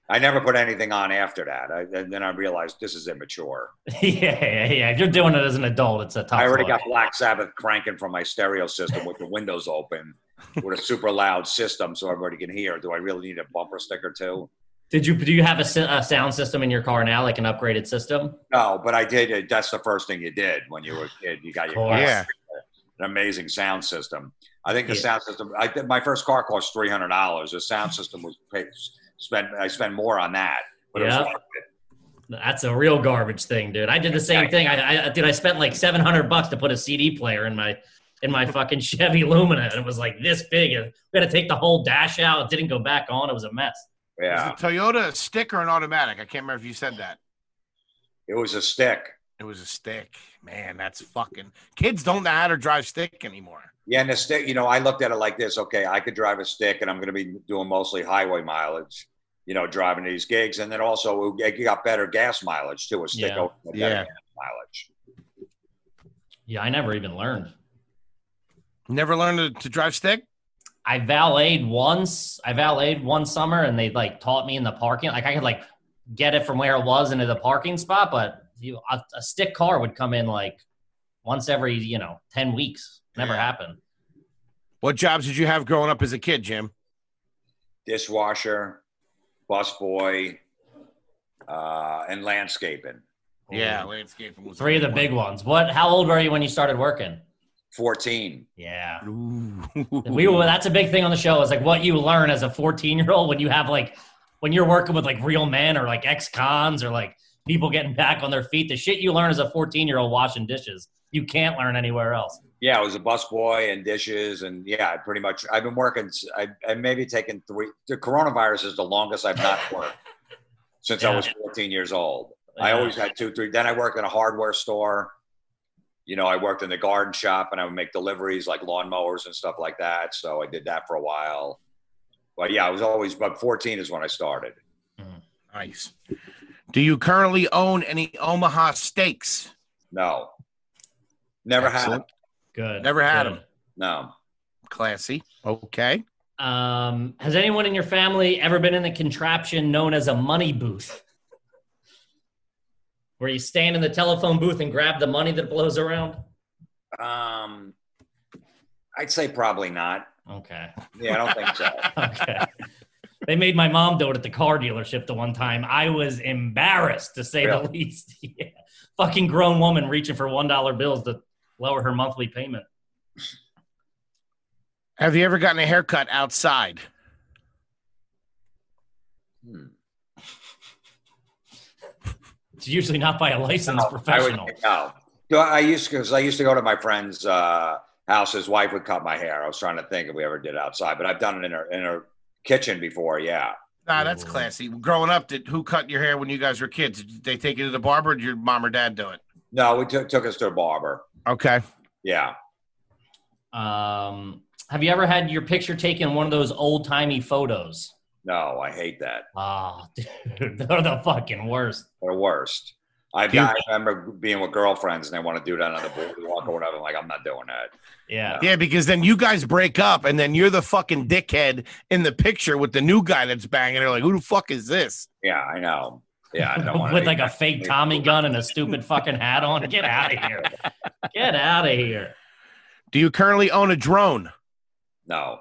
I never put anything on after that. I, and then I realized this is immature. yeah, yeah, yeah. If you're doing it as an adult, it's a tough. I already look. got Black Sabbath cranking from my stereo system with the windows open, with a super loud system, so everybody can hear. Do I really need a bumper sticker too? Did you? Do you have a, si- a sound system in your car now, like an upgraded system? No, but I did. it. That's the first thing you did when you were a kid. You got your Course. car Yeah. an amazing sound system. I think the Yeah. sound system. I think my first car cost three hundred dollars. The sound system was paid, spent. I spent more on that. But it was Yeah. worth it. That's a real garbage thing, dude. I did the same thing. I, I dude, I spent like seven hundred bucks to put a CD player in my in my fucking Chevy Lumina, and it was like this big. And we had to take the whole dash out. It didn't go back on. It was a mess. yeah, Is the Toyota a stick or an automatic? I can't remember if you said that. it was a stick. It was a stick. Man, that's fucking. Kids don't know how to drive stick anymore. Yeah, and the stick. You know, I looked at it like this. Okay, I could drive a stick, and I'm going to be doing mostly highway mileage. You know, driving these gigs, and then also it got better gas mileage too. A stick Yeah. over better Yeah. gas mileage. Yeah, I never even learned. Never learned to, to drive stick? I valeted once. I valeted one summer, and they like taught me in the parking. Like I could like get it from where it was into the parking spot, but you, a, a stick car would come in like once every you know ten weeks. Never happened. What jobs did you have growing up as a kid, Jim? dishwasher, busboy, uh, and landscaping. Yeah, landscaping was Oh. Three of the big ones. What? How old were you when you started working? Fourteen. Yeah. Ooh. We were, that's a big thing on the show is like what you learn as a 14 year old when you have like when you're working with like real men or like ex cons or like people getting back on their feet. The shit you learn as a 14 year old washing dishes, you can't learn anywhere else. Yeah, I was a busboy and dishes, and yeah, I pretty much. I've been working. s- I, I maybe taken three. The coronavirus is the longest I've not worked since I Yeah. was fourteen years old. I Yeah. always had two, three. Then I worked in a hardware store. You know, I worked in the garden shop, and I would make deliveries like lawnmowers and stuff like that. So I did that for a while. But yeah, I was always. But fourteen is when I started. Nice. Do you currently own any Omaha steaks? No, never had. Excellent. Good. Never had 'em. No. Classy. Okay. them. Um, has anyone in your family ever been in the contraption known as a money booth? Where you stand in the telephone booth and grab the money that blows around? Um, I'd say probably not. Okay. Yeah, I don't think so. okay. They made my mom do it at the car dealership the one time. I was embarrassed to say the least. yeah. Fucking grown woman reaching for one dollar bills to lower her monthly payment. Have you ever gotten a haircut outside? Hmm. It's usually not by a licensed Oh, I would professional. say no. Do I I used because I used to go to my friend's uh, house. His wife would cut my hair. I was trying to think if we ever did outside, but I've done it in her in her kitchen before. Yeah, Nah, that's Ooh. classy. Growing up, did who cut your hair when you guys were kids? Did they take you to the barber? Or did your mom or dad do it? no, we took took us to a barber. Okay. Yeah, Um, have you ever had your picture taken in one of those old timey photos? no, I hate that. Oh, dude, they're the fucking worst. They're the worst. I, Do you- I remember being with girlfriends and they want to do that on the boardwalk or whatever. I'm like, I'm not doing that. Yeah. Yeah, because then you guys break up, and then you're the fucking dickhead in the picture with the new guy that's banging. They're like, "Who the fuck is this?" Yeah, I know. Yeah, I don't want With like a fake Tommy gun and a stupid fucking hat on. Get out of here. Get out of here. Do you currently own a drone? no,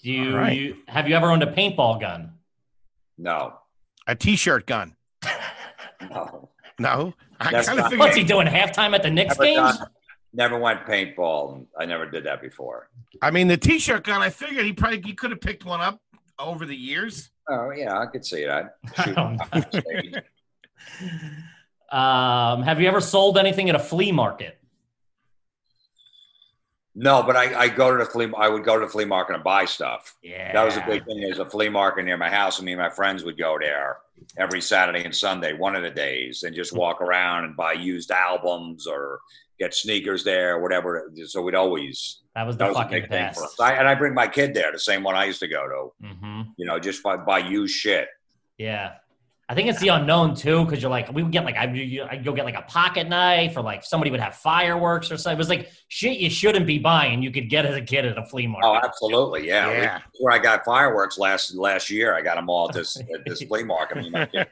Do you, All right. you have you ever owned a paintball gun? no, A t-shirt gun? no. No, I That's kind of not- What's he figured. doing? Halftime at the Knicks Never games? done- Never went paintball. I never did that before. I mean, the t-shirt gun. I figured he probably he could have picked one up over the years. Oh yeah, I could see that. I Shoot. don't know. um, have you ever sold anything at a flea market? no, but I, I go to the flea. I would go to the flea market and buy stuff. Yeah, That was a big thing. There's a flea market near my house, and me and my friends would go there every Saturday and Sunday, one of the days, and just walk around and buy used albums or get sneakers there, whatever. So we'd always That was the that was a fucking big thing best. for us. I, and I bring my kid there, the same one I used to go to. hmm You know, just buy buy used shit. Yeah, I think it's the unknown too, because you're like, we would get like, I would go get like a pocket knife, or like somebody would have fireworks or something. It was like shit you shouldn't be buying. You could get as a kid at a flea Oh, market. absolutely, yeah. We- Yeah. where I got fireworks last last year. I got them all at this at this flea market. I mean, my kid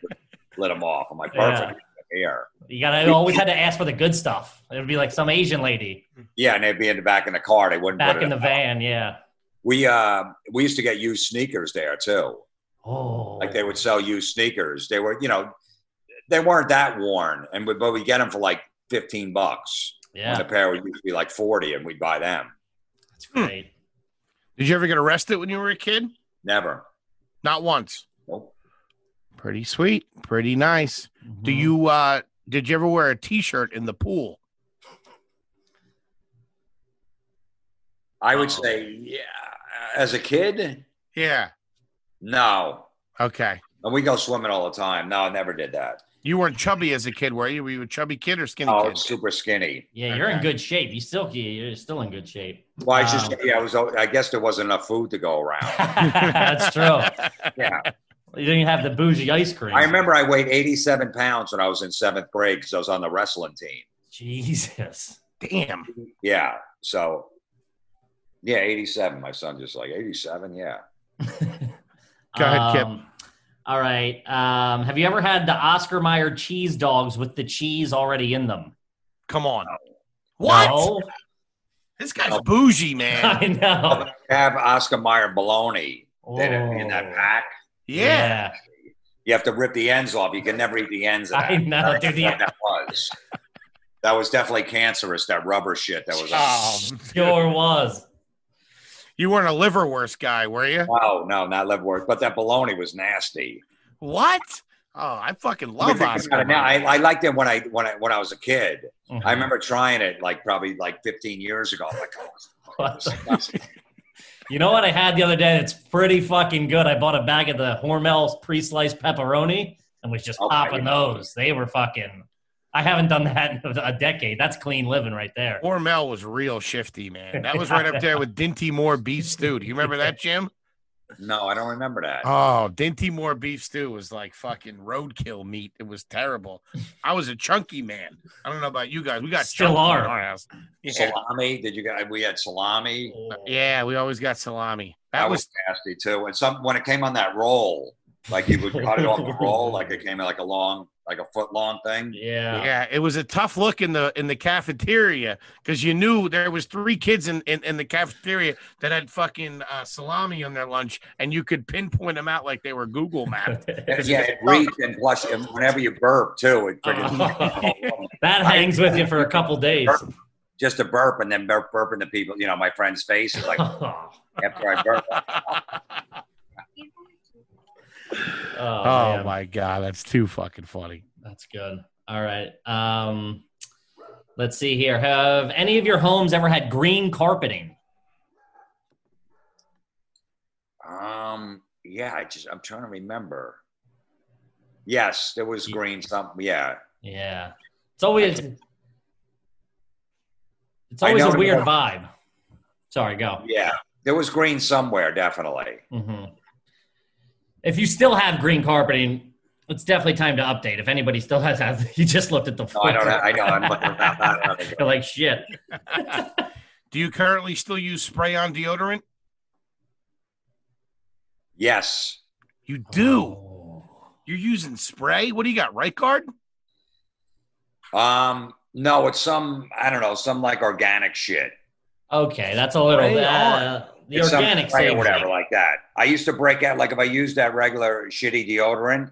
lit them off. I'm like, perfect here. you gotta you always had to ask for the good stuff. It would be like some Asian lady Yeah, and they'd be in the back in the car. They wouldn't back put it in the out. van. Yeah. We uh, we used to get used sneakers there too. Oh, Like they would sell used sneakers. They were, you know, they weren't that worn, and we, but we get them for like fifteen bucks. yeah, And a pair would usually be like forty, and we'd buy them. that's great. Did you ever get arrested when you were a kid? Never. Not once. Nope. Pretty sweet. Pretty nice. Do Mm-hmm. Mhm. you uh did you ever wear a t-shirt in the pool? I would say, yeah, as a kid, Yeah. no. Okay. And we go swimming all the time. No, I never did that. You weren't chubby as a kid, were you? Were you a chubby kid or skinny Oh, kid? super skinny. Yeah, you're in Okay. good shape. You still you're still in good shape. Well, I just Wow. yeah, I was. I guess there wasn't enough food to go around. That's true. yeah, You didn't have the bougie ice cream. I remember I weighed 87 pounds when I was in seventh grade because I was on the wrestling team. Jesus. Damn. Yeah, so yeah, 87. My son just like 87. Yeah, Go ahead, Kip. Um, All right. Um, have you ever had the Oscar Mayer cheese dogs with the cheese already in them? Come on. What? No? This guy's bougie, man. I know. have Oscar Mayer bologna in, it, in Oh. that pack. Yeah. You have to rip the ends off. You can never eat the ends. Of that. I know, dude, the- That's what that was. That was definitely cancerous. That rubber shit. That was. Oh, sure was. you weren't a liverwurst guy, were you? Oh no, not liverwurst, but that bologna was nasty. What? Oh, I fucking I mean, love think Oscar. about it now. Mayer. I, I liked it when I when I when I was a kid. Mhm. I remember trying it like probably like 15 years ago. I'm like, oh, this What is fucking disgusting. You know what I had the other day? That's pretty fucking good. I bought a bag of the Hormel pre-sliced pepperoni and was just Oh, Okay. popping those. They were fucking. I haven't done that in a decade. That's clean living right there. Hormel was real shifty, man. That was right up there with Dinty Moore beef stew. Do you remember that, Jim? no, I don't remember that. Oh, Dinty Moore beef stew was like fucking roadkill meat. It was terrible. I was a chunky man. I don't know about you guys. We got Still chunky in are. our house. Yeah. Salami? Did you get? We had salami. yeah, we always got salami. That, That was, was nasty too. And some when it came on that roll, like you would cut it off the roll, like it came in like a long, like a foot long thing. Yeah. yeah, it was a tough look in the in the cafeteria because you knew there was three kids in, in, in the cafeteria that had fucking uh, salami on their lunch, and you could pinpoint them out like they were Google mapped. And, yeah, it reeked and flushed. And whenever you burp too, it Oh. pretty, that hangs with you for a couple days. just a burp and then burp, burp into people. You know, my friend's face is like oh, after I burp. Oh man. my god, that's too fucking funny. That's good. All right. Um, let's see here. Have any of your homes ever had green carpeting? Um, yeah, I just I'm trying to remember. Yes, there was green something. Yeah, Yeah. It's always it's I always know a the weird one. vibe. Sorry, go. yeah, there was green somewhere definitely. hmm If you still have green carpeting, it's definitely time to update. If anybody still has that, you just looked at the No, I don't. I know. I'm looking at that. You're like shit. Do you currently still use spray on deodorant? Yes. You do. Oh. You're using spray? What do you got? Right guard? Um, no, it's some I don't know, some like organic shit. Okay, that's a little Right uh, the It's some organic spray saves or it. whatever like that. I used to break out like if I used that regular shitty deodorant,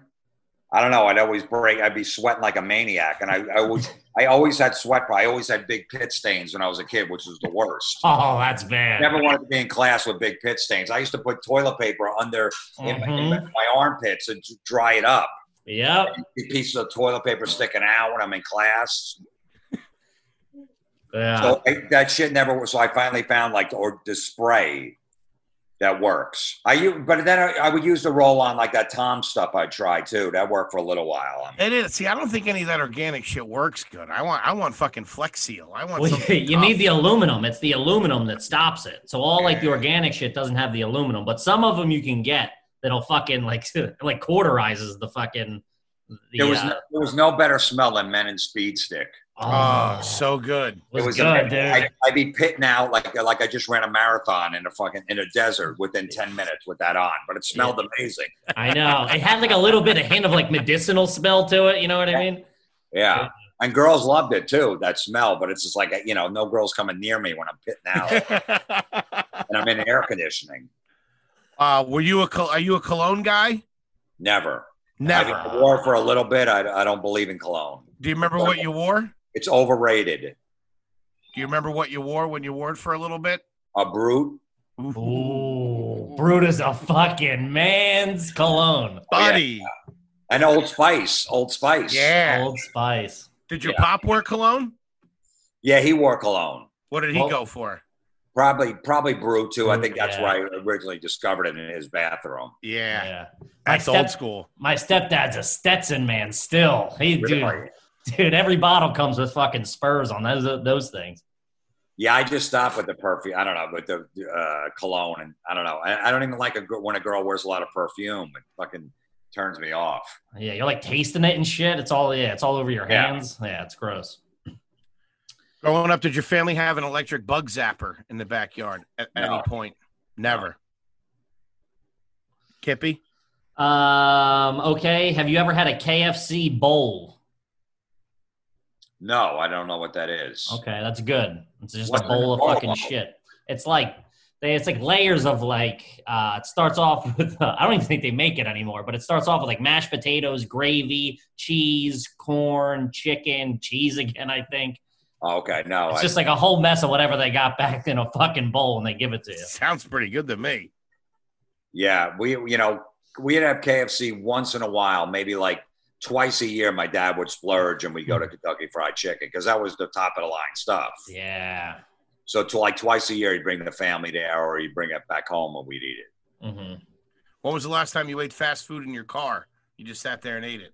I don't know, I'd always break. I'd be sweating like a maniac, and I, I always I always had sweat. I always had big pit stains when I was a kid, which was the worst. Oh, that's bad. Never wanted to be in class with big pit stains. I used to put toilet paper under in my, in Mhm. my armpits to dry it up. Yep. Big Pieces of toilet paper sticking out when I'm in class. Yeah. So I, that shit never was. So I finally found like or the spray that works. I u- but then I, I would use the roll on like that Tom stuff I tried too. That worked for a little while. I mean, It is. See, I don't think any of that organic shit works good. I want I want fucking flex seal. I want Well, you, something you tough. need the aluminum. It's the aluminum that stops it. So all like the organic shit doesn't have the aluminum, but some of them you can get that'll fucking like like cauterizes the fucking. The, there was uh, no, there was no better smell than Men in Speed Stick. Oh, so good. was, was good, dude. I, I'd be pitting out like like I just ran a marathon in a fucking in a desert within ten minutes with that on. But it smelled amazing. I know it had like a little bit of hint of like medicinal smell to it. You know what I mean? Yeah. And girls loved it too, that smell. But it's just like, you know, no girls coming near me when I'm pitting out and I'm in air conditioning. uh, were you a col- are you a cologne guy? Never. I Never. think I wore for a little bit. I, I don't believe in cologne. Do you remember what you wore? Do It's overrated. you remember what you wore when you wore it for a little bit? A brute. Ooh, Brutus a fucking man's cologne. buddy. And Old Spice. Old Spice. Yeah. Old Spice. Did your Yeah. pop wear cologne? Yeah, he wore cologne. What did he Well- go for? Probably probably brute too. I think that's Yeah. where I originally discovered it in his bathroom. Yeah, Yeah. that's My old step- school. My stepdad's a Stetson man still. He dude, Really? dude, every bottle comes with fucking spurs on those those things. Yeah, I just stopped with the perfume. I don't know, with the uh, cologne, and I don't know. I, I don't even like a, gr- when a girl wears a lot of perfume. It fucking turns me off. Yeah, you're like tasting it and shit. It's all yeah, it's all over your Yeah. hands. Yeah, it's gross. Growing up, did your family have an electric bug zapper in the backyard at any No. point? Never. Kippy, Um, okay. Have you ever had a KFC bowl? No, I don't know what that is. Okay, that's good. It's just What's a in bowl the of bowl? fucking shit. It's like they, it's like layers of like. Uh, it starts off with uh, I don't even think they make it anymore, but it starts off with like mashed potatoes, gravy, cheese, corn, chicken, cheese again. I think Oh, okay, no. it's I, just like a whole mess of whatever they got back in a fucking bowl and they give it to you. Sounds pretty good to me. yeah, we you know we'd have KFC once in a while, maybe like twice a year. My dad would splurge and we go to Kentucky Fried Chicken because that was the top of the line stuff. Mm-hmm. Yeah. So to like twice a year, he'd bring the family there, or he'd bring it back home and we'd eat it. Mm-hmm. When was the last time you ate fast food in your car? You just sat there and ate it.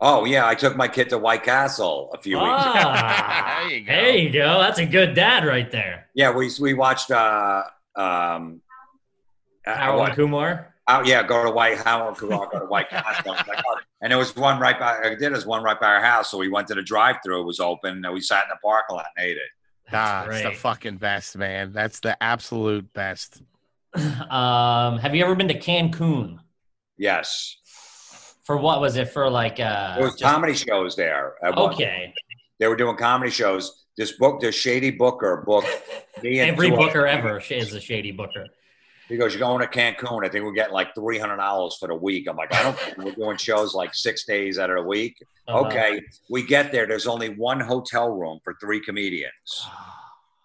Oh yeah, I took my kid to White Castle a few weeks. Ah, There you go. There you go. That's a good dad right there. Yeah, we we watched. Uh, um, uh, Harold what- and Kumar. Oh yeah, go to White House, go to White Castle. I was like, oh. And there was one right by. I did this one right by our house, so we went to the drive-through. It was open, and we sat in the parking lot and ate it. Ah, That's it's the fucking best, man. That's the absolute best. great. Um, have you ever been to Cancun? Yes, For what was it? For like uh, there was just- comedy shows there. at one- okay. they were doing comedy shows. This book, this shady booker book. Every booker ever sh- is a shady booker. He goes, "You're going to Cancun. I think we're getting like three hundred dollars for the week." I'm like, "I don't. think we're doing shows like six days out of the week." Uh, Okay, we get there. There's only one hotel room for three comedians.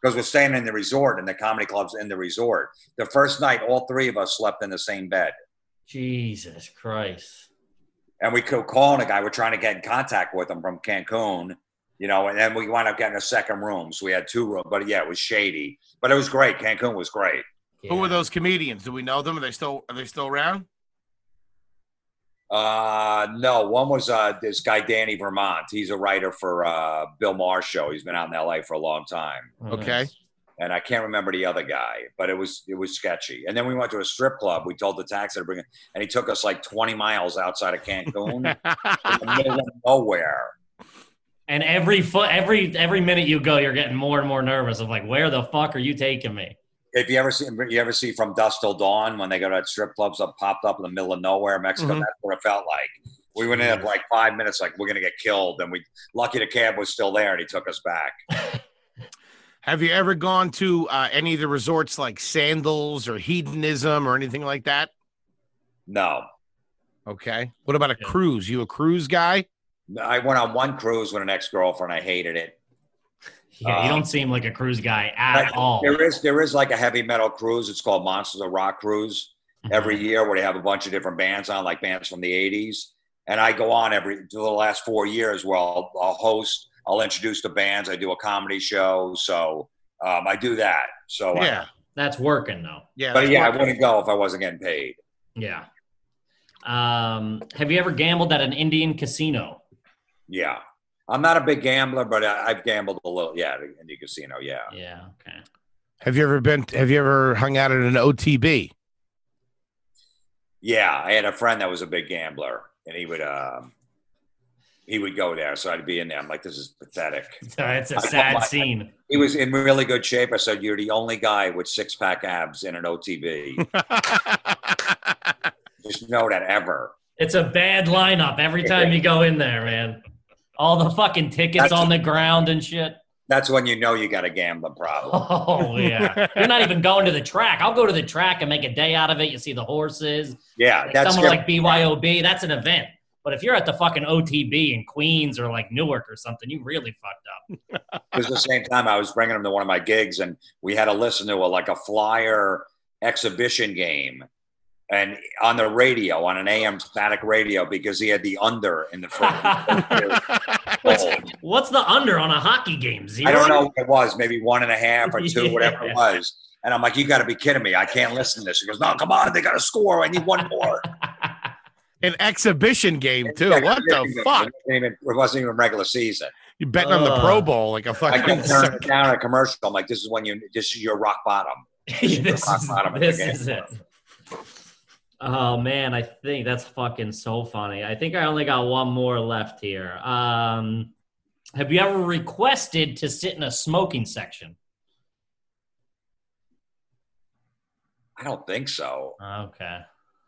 because we're staying in the resort and the comedy club's in the resort. The first night, all three of us slept in the same bed. Jesus Christ. And we could call on a guy. We're trying to get in contact with him from Cancun, you know, and then we wound up getting a second room. So we had two rooms. But yeah, it was shady. But it was great. Cancun was great. Who Yeah. were those comedians? Do we know them? Are they still are they still around? Uh no, one was uh this guy Danny Vermont. He's a writer for uh Bill Maher's show. He's been out in LA for a long time. Oh, Okay. nice. and I can't remember the other guy, but it was it was sketchy. And then we went to a strip club. We told the taxi to bring it, and he took us like 20 miles outside of Cancun, in the middle of nowhere. And every foot, every every minute you go, you're getting more and more nervous. Of like, where the fuck are you taking me? If you ever see, you ever see from dusk till dawn when they go to that strip clubs up popped up in the middle of nowhere, Mexico. Mhm. That's what it felt like. We went in at like five minutes, like we're gonna get killed, and we lucky the cab was still there, and he took us back. Have you ever gone to uh, any of the resorts like Sandals or Hedonism or anything like that? No, Okay. What about a Yeah. cruise? You a cruise guy? I went on one cruise with an ex girlfriend. I hated it. Yeah, you Uh, don't seem like a cruise guy at Right. all. There is there is like a heavy metal cruise. It's called Monsters of Rock Cruise. every year where they have a bunch of different bands on, like bands from the 80s. And I go on every to the last four years where I'll, I'll host, I'll introduce the bands, I do a comedy show. So um, I do that. So, I- Yeah. That's working though. Yeah. Oh, but that's yeah, I what- wouldn't go if I wasn't getting paid. Yeah. Um, have you ever gambled at an Indian casino? Yeah. I'm not a big gambler, but I, I've gambled a little. Yeah, in the casino. Yeah. Yeah. Okay. Have you ever been? Have you ever hung out at an OTB? Yeah. I had a friend that was a big gambler and he would, um, he would go there. So I'd be in there. I'm like, this is pathetic. So it's a don't sad like it. scene. He was in really good shape. I said, You're the only guy with six pack abs in an OTB. Just know that ever. It's a bad lineup every time you go in there, man. All the fucking tickets That's- on the ground and shit. That's when you know you got a gambling problem. Oh yeah. You're not even going to the track. I'll go to the track and make a day out of it. You see the horses. Yeah, Like that's someone different. like BYOB, that's an event. But if you're at the fucking OTB in Queens or like Newark or something, you really fucked up. It was the same time I was bringing him to one of my gigs, and we had to listen to a, like a flyer exhibition game, and on the radio, on an AM static radio, because he had the under in the first. What's, what's the under on a hockey game? Zero. I don't know what it was, maybe one and a half or two, whatever Yeah. it was. And I'm like, you got to be kidding me! I can't listen to this. He goes, no, come on, they got to score. I need one more. An exhibition game too. Yeah, What yeah, the yeah, fuck? It wasn't even, it wasn't even regular season. You betting on the Pro Uh, Bowl like a I fucking. kept turning it down at a commercial. I'm like, this is when you, this is your rock bottom. this Rock is, bottom of the this game. is it. Oh man, I think that's fucking so funny. I think I only got one more left here. Um, have you ever requested to sit in a smoking section? I don't think so. Okay.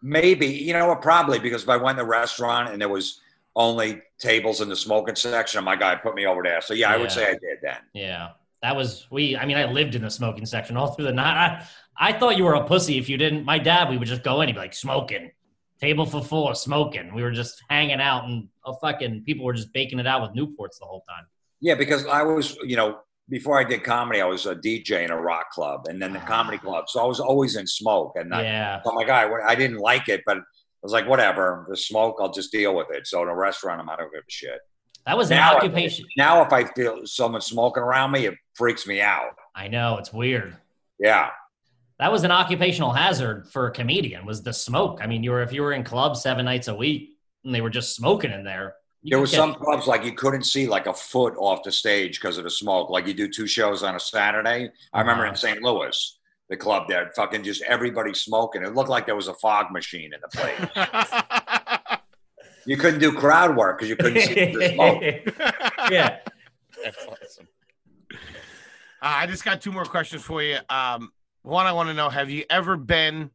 Maybe, you know what? Probably because if I went to the restaurant and there was only tables in the smoking section. And my guy put me over there. So yeah, I Yeah. would say I did then. Yeah, that was we. I mean, I lived in the smoking section all through the night. I, I thought you were a pussy if you didn't. My dad, we would just go in. He'd be like, smoking, table for four, smoking. We were just hanging out, and a fucking people were just baking it out with Newports the whole time. Yeah, because I was, you know, before I did comedy, I was a DJ in a rock club and then the Ah. comedy club. So I was always in smoke. And I, yeah, oh my God, I didn't like it, but I was like, whatever, the smoke, I'll just deal with it. So in a restaurant, I'm, I don't give a shit. that was an Now I- occupation. Now, if I feel someone smoking around me, it freaks me out. I know it's weird. Yeah. That was an occupational hazard for a comedian. Was the smoke? I mean, you were if you were in clubs seven nights a week and they were just smoking in there. you There could was get- some clubs like you couldn't see like a foot off the stage because of the smoke. Like you do two shows on a Saturday. I remember Wow. in St. Louis, the club there, fucking just everybody smoking. It looked like there was a fog machine in the place. you couldn't do crowd work because you couldn't see the smoke. yeah. That's awesome. Uh, I just got two more questions for you. Um, one, I want to know: Have you ever been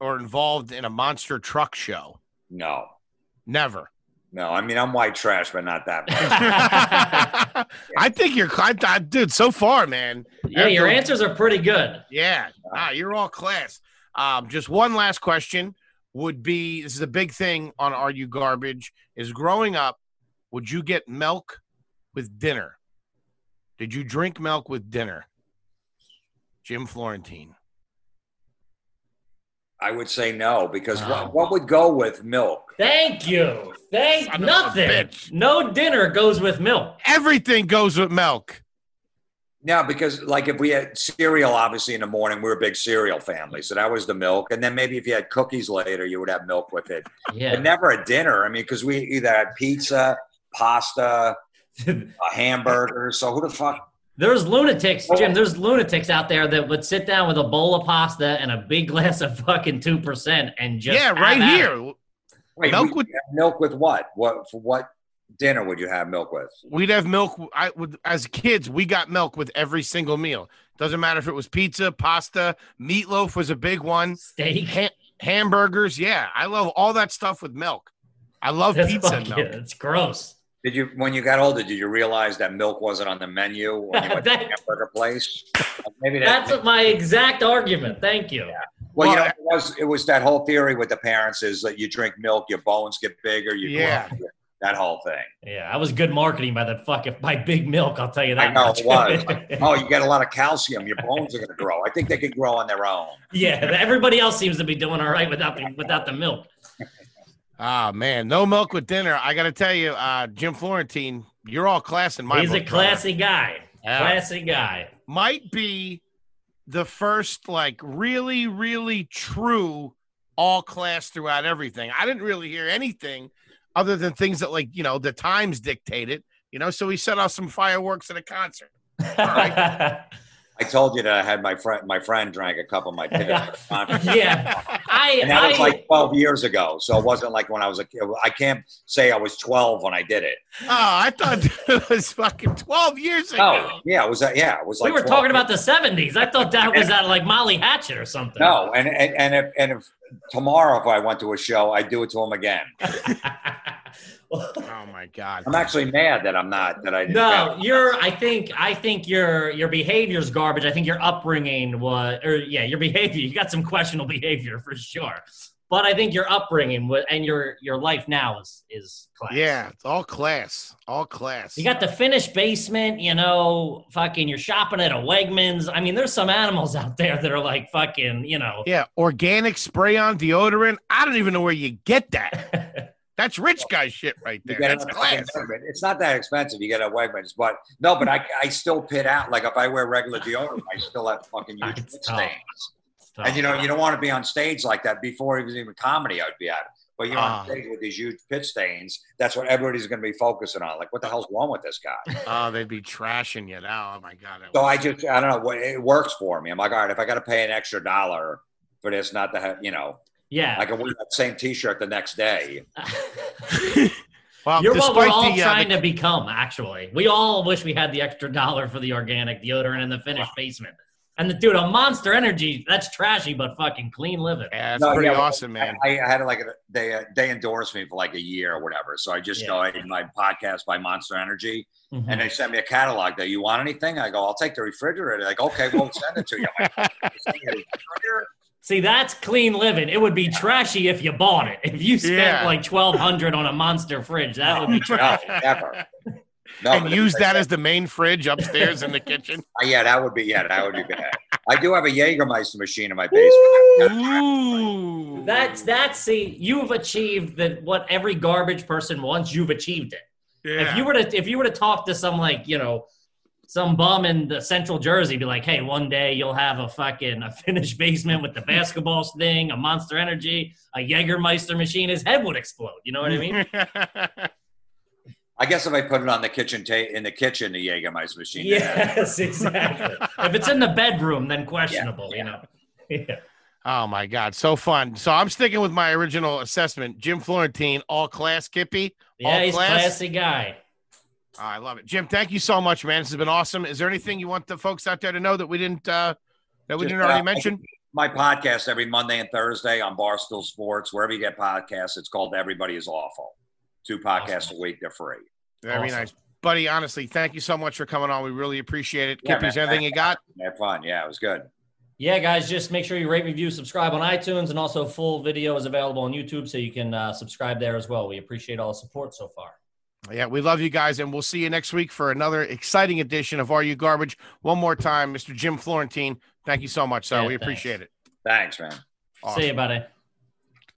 or involved in a monster truck show? No, Never. no. I mean, I'm white trash, but not that much. I think you're, I, I, dude. So far, man. Yeah, your answers are pretty good. Yeah. Ah, you're all class. Um, just one last question would be: This is a big thing on Are You Garbage? Is growing up, would you get milk with dinner? Did you drink milk with dinner? Jim Florentine. I would say no because Oh. what, what would go with milk? Thank you. Thank Son of a nothing. bitch. No dinner goes with milk. Everything goes with milk. No, because like if we had cereal, obviously in the morning, we were a big cereal family, so that was the milk. And then maybe if you had cookies later, you would have milk with it. Yeah. but never a dinner. I mean, because we either had pizza, pasta, a hamburger. So who the fuck? there's lunatics, Jim. There's lunatics out there that would sit down with a bowl of pasta and a big glass of fucking two percent and just yeah, have right at it. here. Wait, Milk we- with- milk with what? What for what dinner would you have milk with? We'd have milk. I would, as kids, we got milk with every single meal. Doesn't matter if it was pizza, pasta, meatloaf was a big one. Steak. Ha- hamburgers. Yeah, I love all that stuff with milk. I love That's pizza. and fucking- Milk. It's gross. Did you when you got older? Did you realize that milk wasn't on the menu when you went to That- the hamburger place? Maybe that, That's my exact argument. Thank you. well, you know, it was it was that whole theory with the parents is that you drink milk, your bones get bigger, you grow Yeah. up, that whole thing. Yeah, that was good marketing by that fucking by Big Milk. I'll tell you that. I know it was. much. Oh, you get a lot of calcium, your bones are going to grow. I think they could grow on their own. yeah, everybody else seems to be doing all right without the without the milk. Ah man, no milk with dinner. I gotta tell you, uh, Jim Florentine, you're all class in my He's a book, brother. classy guy. Yeah. Classy guy. Might be the first like really, really true all class throughout everything. I didn't really hear anything other than things that like you know the times dictated. You know, so he set off some fireworks at a concert. I told you that I had my friend. My friend drank a cup of my beer. at a conference. yeah, I. And that was I- like 12 years ago. So it wasn't like when I was a kid. I can't say I was 12 when I did it. Oh, I thought it was fucking twelve years ago. Oh, yeah. It was, yeah. It was we like, were 12. talking about the '70s. I thought that was at like Molly Hatchet or something. No. And, and, and, if, and if tomorrow, if I went to a show, I'd do it to him again. Oh my god. I'm actually mad that I'm not, that I didn't. no, you're. I think. I think your your behavior's garbage. I think your upbringing was, or yeah, your behavior. You got some questionable behavior for sure. But I think your upbringing wa- and your your life now is is class. Yeah, it's all class. All class. You got the finished basement, you know, fucking you're shopping at a Wegmans. I mean, there's some animals out there that are like fucking, you know. yeah, organic spray on deodorant. I don't even know where you get that. That's rich guy shit right You there. get That's it- class. It's not that expensive. You get a Wegmans, but no, but I, I still pit out. Like if I wear regular deodorant, I still have fucking huge It's pit tough. stains. stuff. And you know, you don't want to be on stage like that before it was even comedy. I'd be at it. But you're Ah. on stage with these huge pit stains. That's what everybody's going to be focusing on. Like, what the hell's wrong with this guy? Oh, they'd be trashing you now. Oh my god. that So was- I just, I don't know. what- It works for me. I'm like, all right, if I got to pay an extra dollar for this, not to have, you know, I yeah. can wear that same T-shirt the next day. well, You're what we're despite all the, uh, trying the- to become, actually. We all wish we had the extra dollar for the organic deodorant in the finished basement. And the dude, a monster energy. That's trashy, but fucking clean living. Yeah, it's No, pretty yeah, awesome, man. I, I had like a, they uh, they endorsed me for like a year or whatever. So I just Yeah. go in my podcast by Monster Energy, Mm-hmm. Mhm. and they sent me a catalog. That you want anything? I go, I'll take the refrigerator. Like, okay, we'll send it to you. I'm like, "You send me a refrigerator?" See, that's clean living. It would be trashy if you bought it. If you spent Yeah. like twelve hundred on a monster fridge, that would be No, trashy. never. No, and but use it's like- that as the main fridge upstairs in the kitchen. Uh, yeah, that would be yeah, that would be bad. I do have a Jägermeister machine in my basement. Ooh. That's that's see, you've achieved that what every garbage person wants. You've achieved it. If you were to if you were to talk to some like you know some bum in the central Jersey, be like, hey, one day you'll have a fucking a finished basement with the basketball thing, a Monster Energy, a Jägermeister machine. His head would explode. You know what I mean? I guess if I put it on the kitchen ta- in the kitchen, the Jägermeister machine. yes, exactly. if it's in the bedroom, then questionable. Yeah, You know. Yeah. oh my god, so fun. So I'm sticking with my original assessment. Jim Florentine, all class Kippy. All Yeah, he's class? classy guy. Oh, I love it. Jim, thank you so much, man. This has been awesome. Is there anything you want the folks out there to know that we didn't uh that we Just, didn't already uh, mention? My podcast every Monday and Thursday on Barstool Sports, wherever you get podcasts, it's called Everybody Is Awful. Two podcasts Awesome. a week, they're free. Very Awesome. nice. Buddy, honestly, thank you so much for coming on. We really appreciate it. Yeah, Kippy, is man. there anything you got? Have fun. Yeah, it was good. Yeah, guys, just make sure you rate, review, subscribe on iTunes, and also full video is available on YouTube, so you can uh, subscribe there as well. We appreciate all the support so far. Yeah, we love you guys, and we'll see you next week for another exciting edition of Are You Garbage? One more time, Mr. Jim Florentine. Thank you so much, sir. Yeah, we thanks. appreciate it. Thanks, man. Awesome. See you, buddy.